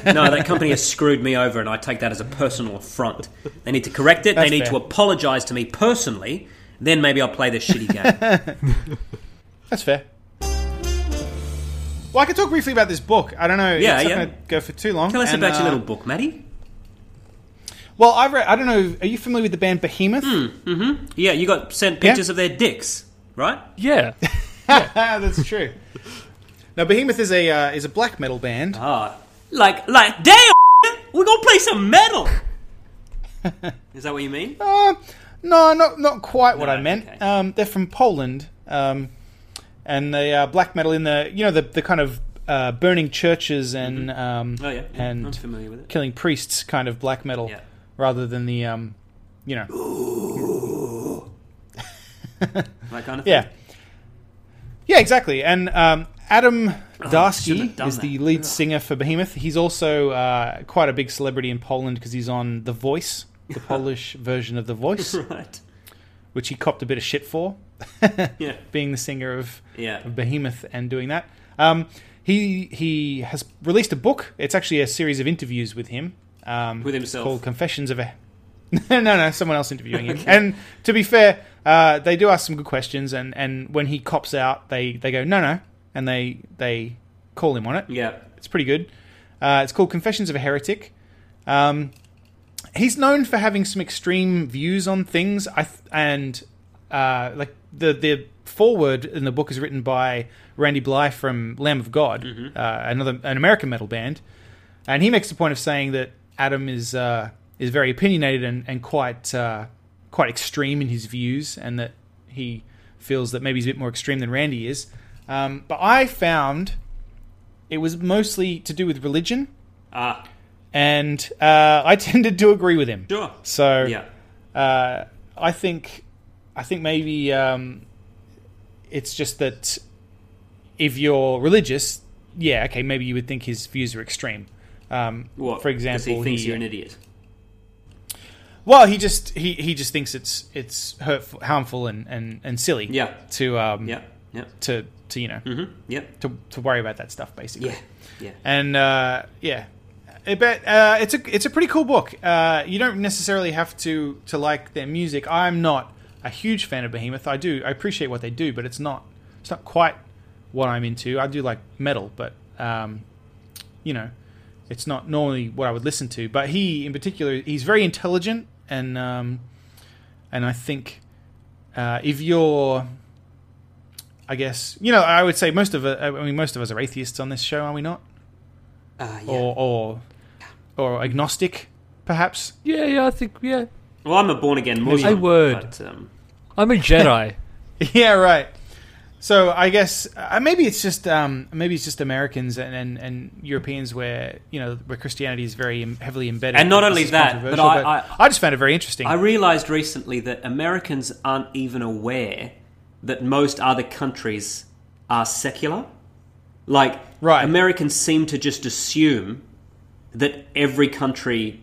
Speaker 3: no, that company has screwed me over, and I take that as a personal affront. They need to correct it.
Speaker 1: That's
Speaker 3: they need
Speaker 1: fair.
Speaker 3: to apologise to me personally. Then maybe I'll play this shitty game.
Speaker 1: That's fair. Well, I can talk briefly about this book. I don't know.
Speaker 3: Yeah,
Speaker 1: it's not
Speaker 3: yeah.
Speaker 1: going to go for too long.
Speaker 3: Tell us
Speaker 1: And,
Speaker 3: about your
Speaker 1: uh,
Speaker 3: little book, Matty.
Speaker 1: Well, I've read. I don't know. Are you familiar with the band Behemoth?
Speaker 3: Yeah, you got sent
Speaker 1: Yeah.
Speaker 3: pictures of their dicks, right?
Speaker 2: Yeah.
Speaker 1: Ah, that's true. now, Behemoth is a uh, is a black metal band.
Speaker 3: Ah, like, like, damn, we're gonna play some metal. Is that what you mean?
Speaker 1: Oh, No, not not quite what
Speaker 3: No,
Speaker 1: I meant.
Speaker 3: okay.
Speaker 1: Um, they're from Poland, um, and they are black metal in the you know the the kind of uh, burning churches and um,
Speaker 3: Oh yeah, yeah, I'm
Speaker 1: and
Speaker 3: familiar with it.
Speaker 1: killing priests kind of black metal,
Speaker 3: Yeah.
Speaker 1: rather than the um, you know
Speaker 3: That kind of thing.
Speaker 1: Yeah. Yeah, exactly. And um, Adam
Speaker 3: Oh, shouldn't have
Speaker 1: Darsky
Speaker 3: done
Speaker 1: is the
Speaker 3: that.
Speaker 1: lead singer for Behemoth. He's also uh, quite a big celebrity in Poland because he's on The Voice, the Polish version of The Voice,
Speaker 3: Right.
Speaker 1: which he copped a bit of shit for,
Speaker 3: Yeah.
Speaker 1: being the singer of,
Speaker 3: Yeah.
Speaker 1: of Behemoth and doing that. Um, he he has released a book. It's actually a series of interviews with him. Um,
Speaker 3: With himself.
Speaker 1: called Confessions of a. no, no, no, someone else interviewing him. And to be fair, uh, they do ask some good questions, and, and when he cops out, they, they go no no, and they they call him on it.
Speaker 3: Yeah.
Speaker 1: It's pretty good. Uh, it's called Confessions of a Heretic. Um, he's known for having some extreme views on things. I th- and uh, like the the foreword in the book is written by Randy Bly from Lamb of God, uh, another an American metal band, and he makes the point of saying that Adam is uh, is very opinionated and and quite uh, quite extreme in his views, and that he feels that maybe he's a bit more extreme than Randy is. Um, but I found it was mostly to do with religion,
Speaker 3: Ah,
Speaker 1: and uh, I tended to agree with him.
Speaker 3: sure.
Speaker 1: So
Speaker 3: Yeah.
Speaker 1: uh, I think I think maybe um, it's just that if you're religious, yeah, okay, maybe you would think his views are extreme. Um,
Speaker 3: What?
Speaker 1: for
Speaker 3: 'Cause
Speaker 1: example, uh,
Speaker 3: he thinks you're an idiot.
Speaker 1: well, he just he, he just thinks it's it's hurtful, harmful, and, and, and silly.
Speaker 3: Yeah.
Speaker 1: To um
Speaker 3: Yeah. Yeah.
Speaker 1: to to you know
Speaker 3: Yeah.
Speaker 1: to to worry about that stuff basically.
Speaker 3: Yeah. Yeah.
Speaker 1: and uh, yeah, I bet uh, it's a it's a pretty cool book. Uh, you don't necessarily have to to like their music. I'm not a huge fan of Behemoth. I do I appreciate what they do, but it's not it's not quite what I'm into. I do like metal, but um, you know, it's not normally what I would listen to. But he in particular, he's very intelligent, and um, and I think uh, if you're I guess you know. I would say most of uh, I mean most of us are atheists on this show, are we not?
Speaker 7: Uh, yeah.
Speaker 1: or or or agnostic, perhaps.
Speaker 2: Yeah, yeah, I think, yeah.
Speaker 3: Well, I'm a born again Muslim.
Speaker 2: word.
Speaker 3: But, um,
Speaker 2: I'm a Jedi.
Speaker 1: Yeah, right. So I guess uh, maybe it's just um, maybe it's just Americans and, and, and Europeans where you know where Christianity is very em- heavily embedded.
Speaker 3: And not
Speaker 1: This
Speaker 3: only
Speaker 1: is
Speaker 3: that, but
Speaker 1: controversial,
Speaker 3: I-
Speaker 1: I just found it very interesting.
Speaker 3: I realized recently that Americans aren't even aware that most other countries are secular. Like,
Speaker 1: Right.
Speaker 3: Americans seem to just assume that every country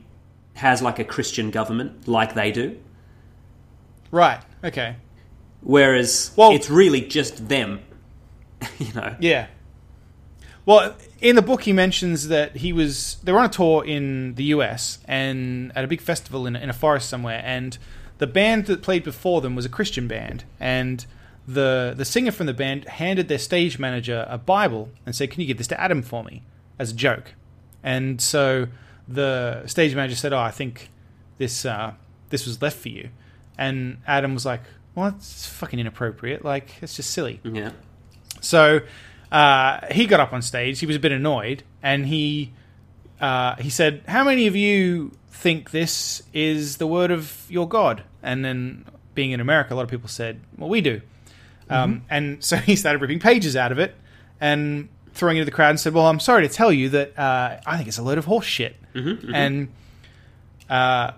Speaker 3: has like a Christian government, like they do.
Speaker 1: right? Okay.
Speaker 3: Whereas
Speaker 1: Well-
Speaker 3: it's really just them, you know.
Speaker 1: Yeah. Well, in the book, he mentions that he was they were on a tour in the U.S. and at a big festival in, in a forest somewhere, and the band that played before them was a Christian band, and the the singer from the band handed their stage manager a Bible and said, "Can you give this to Adam for me?" as a joke, and so the stage manager said, "Oh, I think this uh, this was left for you," and Adam was like, "Well, that's fucking inappropriate. Like, it's just silly."
Speaker 3: Yeah.
Speaker 1: So uh, he got up on stage. He was a bit annoyed, and he uh, he said, "How many of you think this is the word of your God?" And then, being in America, a lot of people said, "Well, we do." Um, and so he started ripping pages out of it and throwing it at the crowd and said, "Well, I'm sorry to tell you that uh, I think it's a load of horse shit."
Speaker 3: Mm-hmm.
Speaker 1: And uh,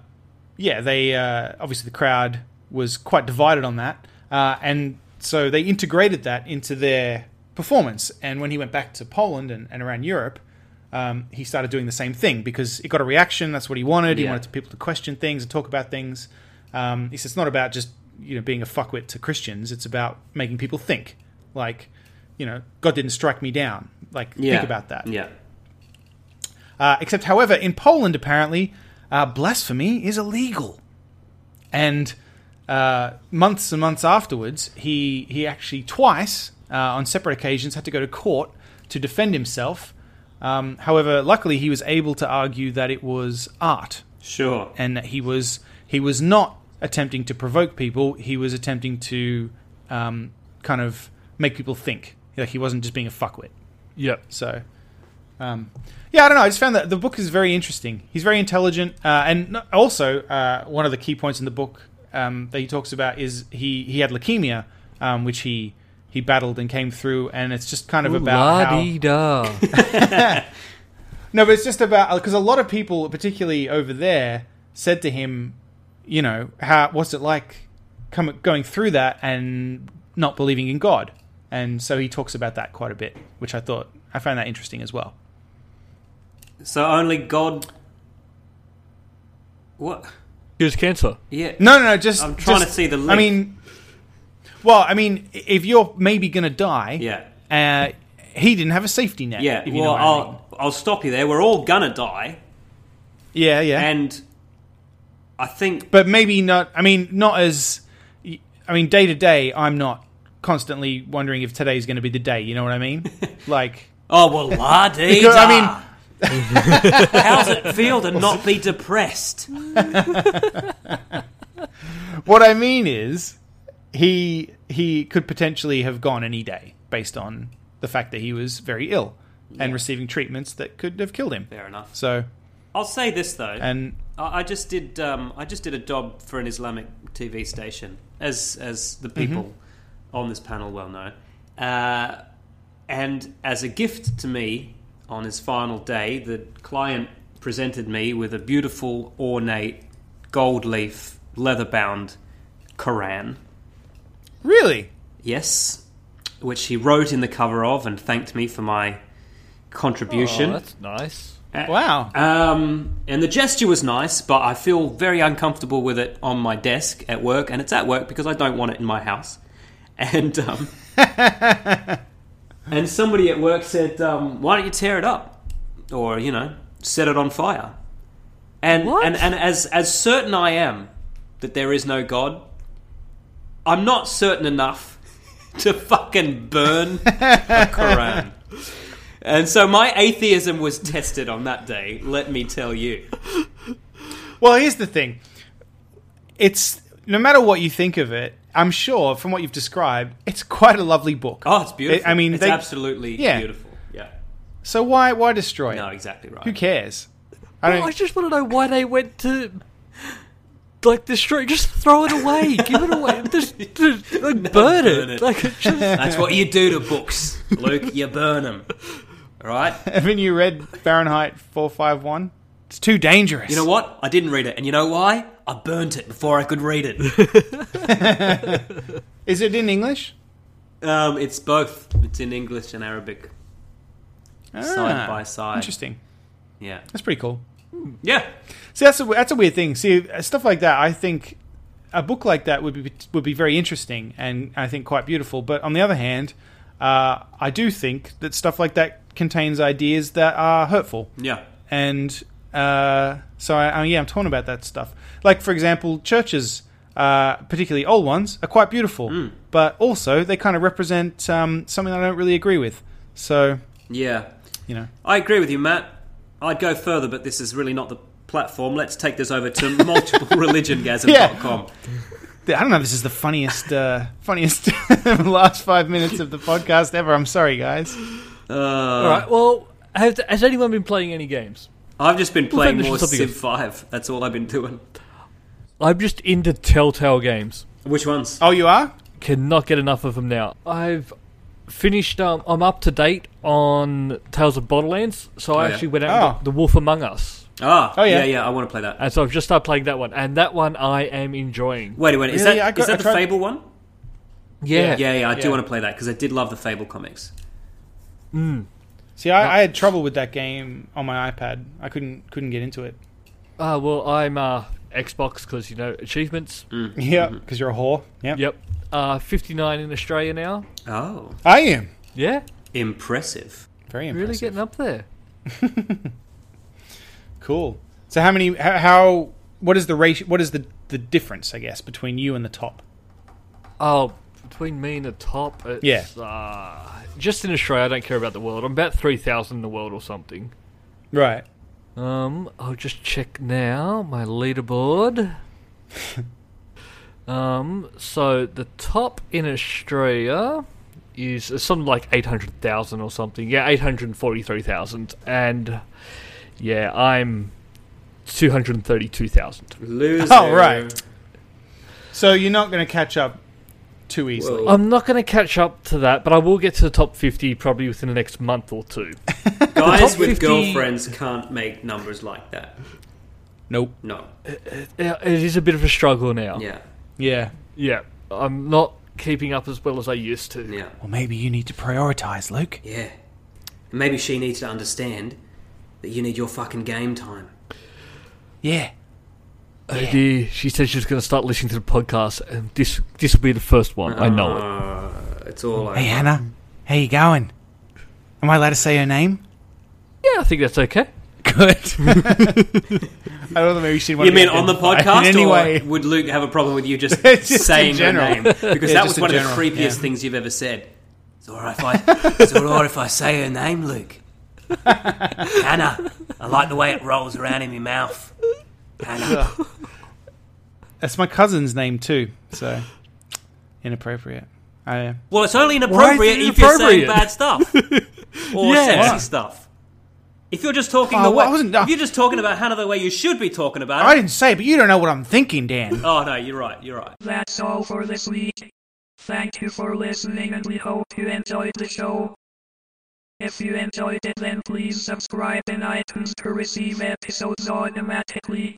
Speaker 1: yeah, they uh, obviously the crowd was quite divided on that, uh, and so they integrated that into their performance. And when he went back to Poland and, and around Europe, um, he started doing the same thing because it got a reaction. That's what he wanted. He
Speaker 3: Yeah.
Speaker 1: wanted people to question things and talk about things. Um, he says it's not about just you know being a fuckwit to Christians. It's about making people think. Like, you know, God didn't strike me down. Like,
Speaker 3: Yeah.
Speaker 1: think about that.
Speaker 3: Yeah.
Speaker 1: Uh, except, however, in Poland, apparently, uh, blasphemy is illegal. And uh, months and months afterwards, he, he actually twice, uh, on separate occasions, had to go to court to defend himself. Um, however, luckily, he was able to argue that it was art
Speaker 3: Sure.
Speaker 1: and that he was he was not attempting to provoke people. He was attempting to um, kind of make people think. Like he wasn't just being a fuckwit.
Speaker 2: yep.
Speaker 1: So, um, yeah, I don't know. I just found that the book is very interesting. He's very intelligent, uh, and n- also uh, one of the key points in the book um, that he talks about is he he had leukemia, um, which he he battled and came through, and it's just kind of about
Speaker 2: La
Speaker 1: how
Speaker 2: dee da.
Speaker 1: no, but it's just about because a lot of people, particularly over there, said to him, you know, how what's it like come, going through that and not believing in God, and so he talks about that quite a bit, which I thought I found that interesting as well.
Speaker 3: So only God. What?
Speaker 2: Cures cancer.
Speaker 3: Yeah.
Speaker 1: No, no, no. Just
Speaker 3: I'm trying
Speaker 1: just-
Speaker 3: to see the
Speaker 1: I
Speaker 3: link.
Speaker 1: mean, well, I mean, i- if you're maybe going to die,
Speaker 3: Yeah.
Speaker 1: Uh, he didn't have a safety net.
Speaker 3: Yeah.
Speaker 1: if you know
Speaker 3: well,
Speaker 1: what I mean.
Speaker 3: I'll I'll stop you there. We're all gonna die,
Speaker 1: yeah, yeah.
Speaker 3: and I think
Speaker 1: but maybe not. I mean, not as. I mean, day to day, I'm not constantly wondering if today's going to be the day. You know what I mean? like,
Speaker 3: Oh well, la dee.
Speaker 1: Because, I
Speaker 3: how's it feel to not be depressed?
Speaker 1: what I mean is, he he could potentially have gone any day based on the fact that he was very ill and receiving treatments that could have killed him.
Speaker 3: Fair enough.
Speaker 1: So,
Speaker 3: I'll say this though,
Speaker 1: and
Speaker 3: I, I just did um, I just did a job for an Islamic TV station, as as the people on this panel well know, uh, and as a gift to me on his final day, the client presented me with a beautiful ornate gold leaf leather bound Quran.
Speaker 1: really,
Speaker 3: Yes, which he wrote in the cover of and thanked me for my
Speaker 2: Oh,
Speaker 3: contribution.
Speaker 2: that's nice.
Speaker 1: wow.
Speaker 3: um, and the gesture was nice, but I feel very uncomfortable with it on my desk at work, and it's at work because I don't want it in my house. And um, and somebody at work said, um, "Why don't you tear it up, or you know, set it on fire?" And
Speaker 2: What?
Speaker 3: and and as as certain I am that there is no God, I'm not certain enough to fucking burn a Quran. And so my atheism was tested on that day, let me tell you.
Speaker 1: Well, here's the thing. It's no matter what you think of it, I'm sure from what you've described, it's quite a lovely book.
Speaker 3: Oh, it's beautiful.
Speaker 1: I mean,
Speaker 3: it's
Speaker 1: they-
Speaker 3: absolutely
Speaker 1: yeah.
Speaker 3: beautiful. Yeah.
Speaker 1: So why why destroy it?
Speaker 3: No, exactly right.
Speaker 1: Who cares? I
Speaker 2: Oh, I,
Speaker 1: don't.
Speaker 2: just want to know why they went to like destroy. Just throw it away, give it away, just, just, like burn,
Speaker 3: burn
Speaker 2: it.
Speaker 3: it.
Speaker 2: Like it's just,
Speaker 3: That's what you do to books, Luke. You burn them. All right.
Speaker 1: haven't you read Fahrenheit 451? It's too dangerous.
Speaker 3: You know what? I didn't read it, and you know why? I burnt it before I could read it.
Speaker 1: Is it in English?
Speaker 3: um, it's both. It's in English and Arabic, side
Speaker 1: Ah,
Speaker 3: by side.
Speaker 1: Interesting.
Speaker 3: Yeah.
Speaker 1: That's pretty cool.
Speaker 3: Yeah.
Speaker 1: See, that's a, that's a weird thing. See, uh, stuff like that, I think a book like that would be would be very interesting and I think quite beautiful. But on the other hand, uh, I do think that stuff like that contains ideas that are hurtful.
Speaker 3: Yeah.
Speaker 1: and uh, so I, I, yeah, I'm torn about that stuff. Like for example, churches, uh, particularly old ones, are quite beautiful, but also they kind of represent um, something I don't really agree with. So
Speaker 3: Yeah.
Speaker 1: you know,
Speaker 3: I agree with you, Matt. I'd go further, but this is really not the platform. Let's take this over to multiplereligiongasm.com.
Speaker 1: I don't know. This is the funniest, uh, funniest last five minutes of the podcast ever. I'm sorry, guys.
Speaker 2: all right. Well, have, has anyone been playing any games?
Speaker 3: I've just been playing
Speaker 2: finish
Speaker 3: more
Speaker 2: with something
Speaker 3: Civ
Speaker 2: else.
Speaker 3: 5. That's all I've been doing.
Speaker 2: I'm just into Telltale games.
Speaker 3: Which ones?
Speaker 1: Oh, you are.
Speaker 2: Cannot get enough of them now. I've finished. Um, I'm up to date on Tales of Borderlands, so I
Speaker 3: yeah.
Speaker 2: actually went out and
Speaker 1: Oh.
Speaker 2: got The Wolf Among Us,
Speaker 3: Ah,
Speaker 1: Oh, yeah.
Speaker 3: yeah. yeah, I want to play that.
Speaker 2: and so I've just started playing that one, and that one I am enjoying.
Speaker 3: Wait, wait, is
Speaker 1: Really? I
Speaker 3: that,
Speaker 1: got-
Speaker 3: is
Speaker 1: I
Speaker 3: that the
Speaker 1: tried-
Speaker 3: Fable one?
Speaker 2: Yeah,
Speaker 3: Yeah, yeah, I do want to play that because I did love the Fable comics.
Speaker 1: See, I, I had trouble with that game on my iPad. I couldn't couldn't get into it.
Speaker 2: Ah, well, I'm uh, Xbox because you know achievements.
Speaker 1: Yeah, because Mm-hmm. you're a whore. Yeah,
Speaker 2: Yep. Uh, 59 in Australia now.
Speaker 3: Oh,
Speaker 1: I am.
Speaker 2: Yeah,
Speaker 3: impressive.
Speaker 1: Very
Speaker 2: really
Speaker 1: impressive.
Speaker 2: getting up there.
Speaker 1: Cool. So how many? How, how what is the ratio? What is the the difference? I guess between you and the top.
Speaker 2: Oh, between me and the top, it's,
Speaker 1: Yeah.
Speaker 2: uh, just in Australia, I don't care about the world. I'm about 3,000 in the world or something.
Speaker 1: Right.
Speaker 2: Um, I'll just check now my leaderboard. um, so the top in Australia is uh, something like 800,000 or something. Yeah, 843,000. And yeah, I'm 232,000.
Speaker 3: Loser.
Speaker 1: Oh, right. So you're not going to catch up too easily.
Speaker 2: I'm not going to catch up to that, but I will get to the top 50 probably within the next month or two.
Speaker 3: Guys
Speaker 2: top
Speaker 3: with
Speaker 2: 50
Speaker 3: girlfriends can't make numbers like that.
Speaker 1: Nope.
Speaker 3: No.
Speaker 2: Uh, It is a bit of a struggle now.
Speaker 3: Yeah,
Speaker 1: Yeah.
Speaker 2: Yeah, I'm not keeping up as well as I used to.
Speaker 3: yeah,
Speaker 1: Well, maybe you need to prioritize, Luke.
Speaker 3: yeah. Maybe she needs to understand that you need your fucking game time.
Speaker 1: Yeah.
Speaker 2: Oh dear, she said she was going to start listening to the podcast, and this this will be the first one. I know it.
Speaker 3: Uh, it's all over.
Speaker 1: Hannah, how you going? Am I allowed to say her name?
Speaker 2: Yeah, I think that's okay.
Speaker 1: Good. I don't know. Maybe she'd want
Speaker 3: You
Speaker 1: to
Speaker 3: mean
Speaker 1: get
Speaker 3: on the
Speaker 1: identified
Speaker 3: podcast,
Speaker 1: in any way.
Speaker 3: or would Luke have a problem with you just,
Speaker 1: Just in
Speaker 3: saying your
Speaker 1: general.
Speaker 3: name? Because
Speaker 1: Yeah,
Speaker 3: that
Speaker 1: just
Speaker 3: was
Speaker 1: in
Speaker 3: one
Speaker 1: general,
Speaker 3: of the creepiest
Speaker 1: yeah.
Speaker 3: things you've ever said. It's all right if I, it's all right if I say her name, Luke. Hannah, I like the way it rolls around in my mouth. Hannah.
Speaker 1: That's my cousin's name too. So inappropriate. I.
Speaker 3: Well, it's only
Speaker 2: Why
Speaker 3: inappropriate
Speaker 2: is it
Speaker 3: if you're saying
Speaker 2: inappropriate?
Speaker 3: bad stuff or
Speaker 2: Yeah.
Speaker 3: sexy stuff. If you're just talking
Speaker 1: Oh,
Speaker 3: the
Speaker 1: well,
Speaker 3: way,
Speaker 1: I wasn't-
Speaker 3: if you're just talking about Hannah the way you should be talking about
Speaker 1: I
Speaker 3: it.
Speaker 1: didn't say, but you don't know what I'm thinking, Dan.
Speaker 3: Oh no, you're right. You're right.
Speaker 9: That's all for this week. Thank you for listening and we hope you enjoyed the show. If you enjoyed it then please subscribe in iTunes to receive episodes automatically.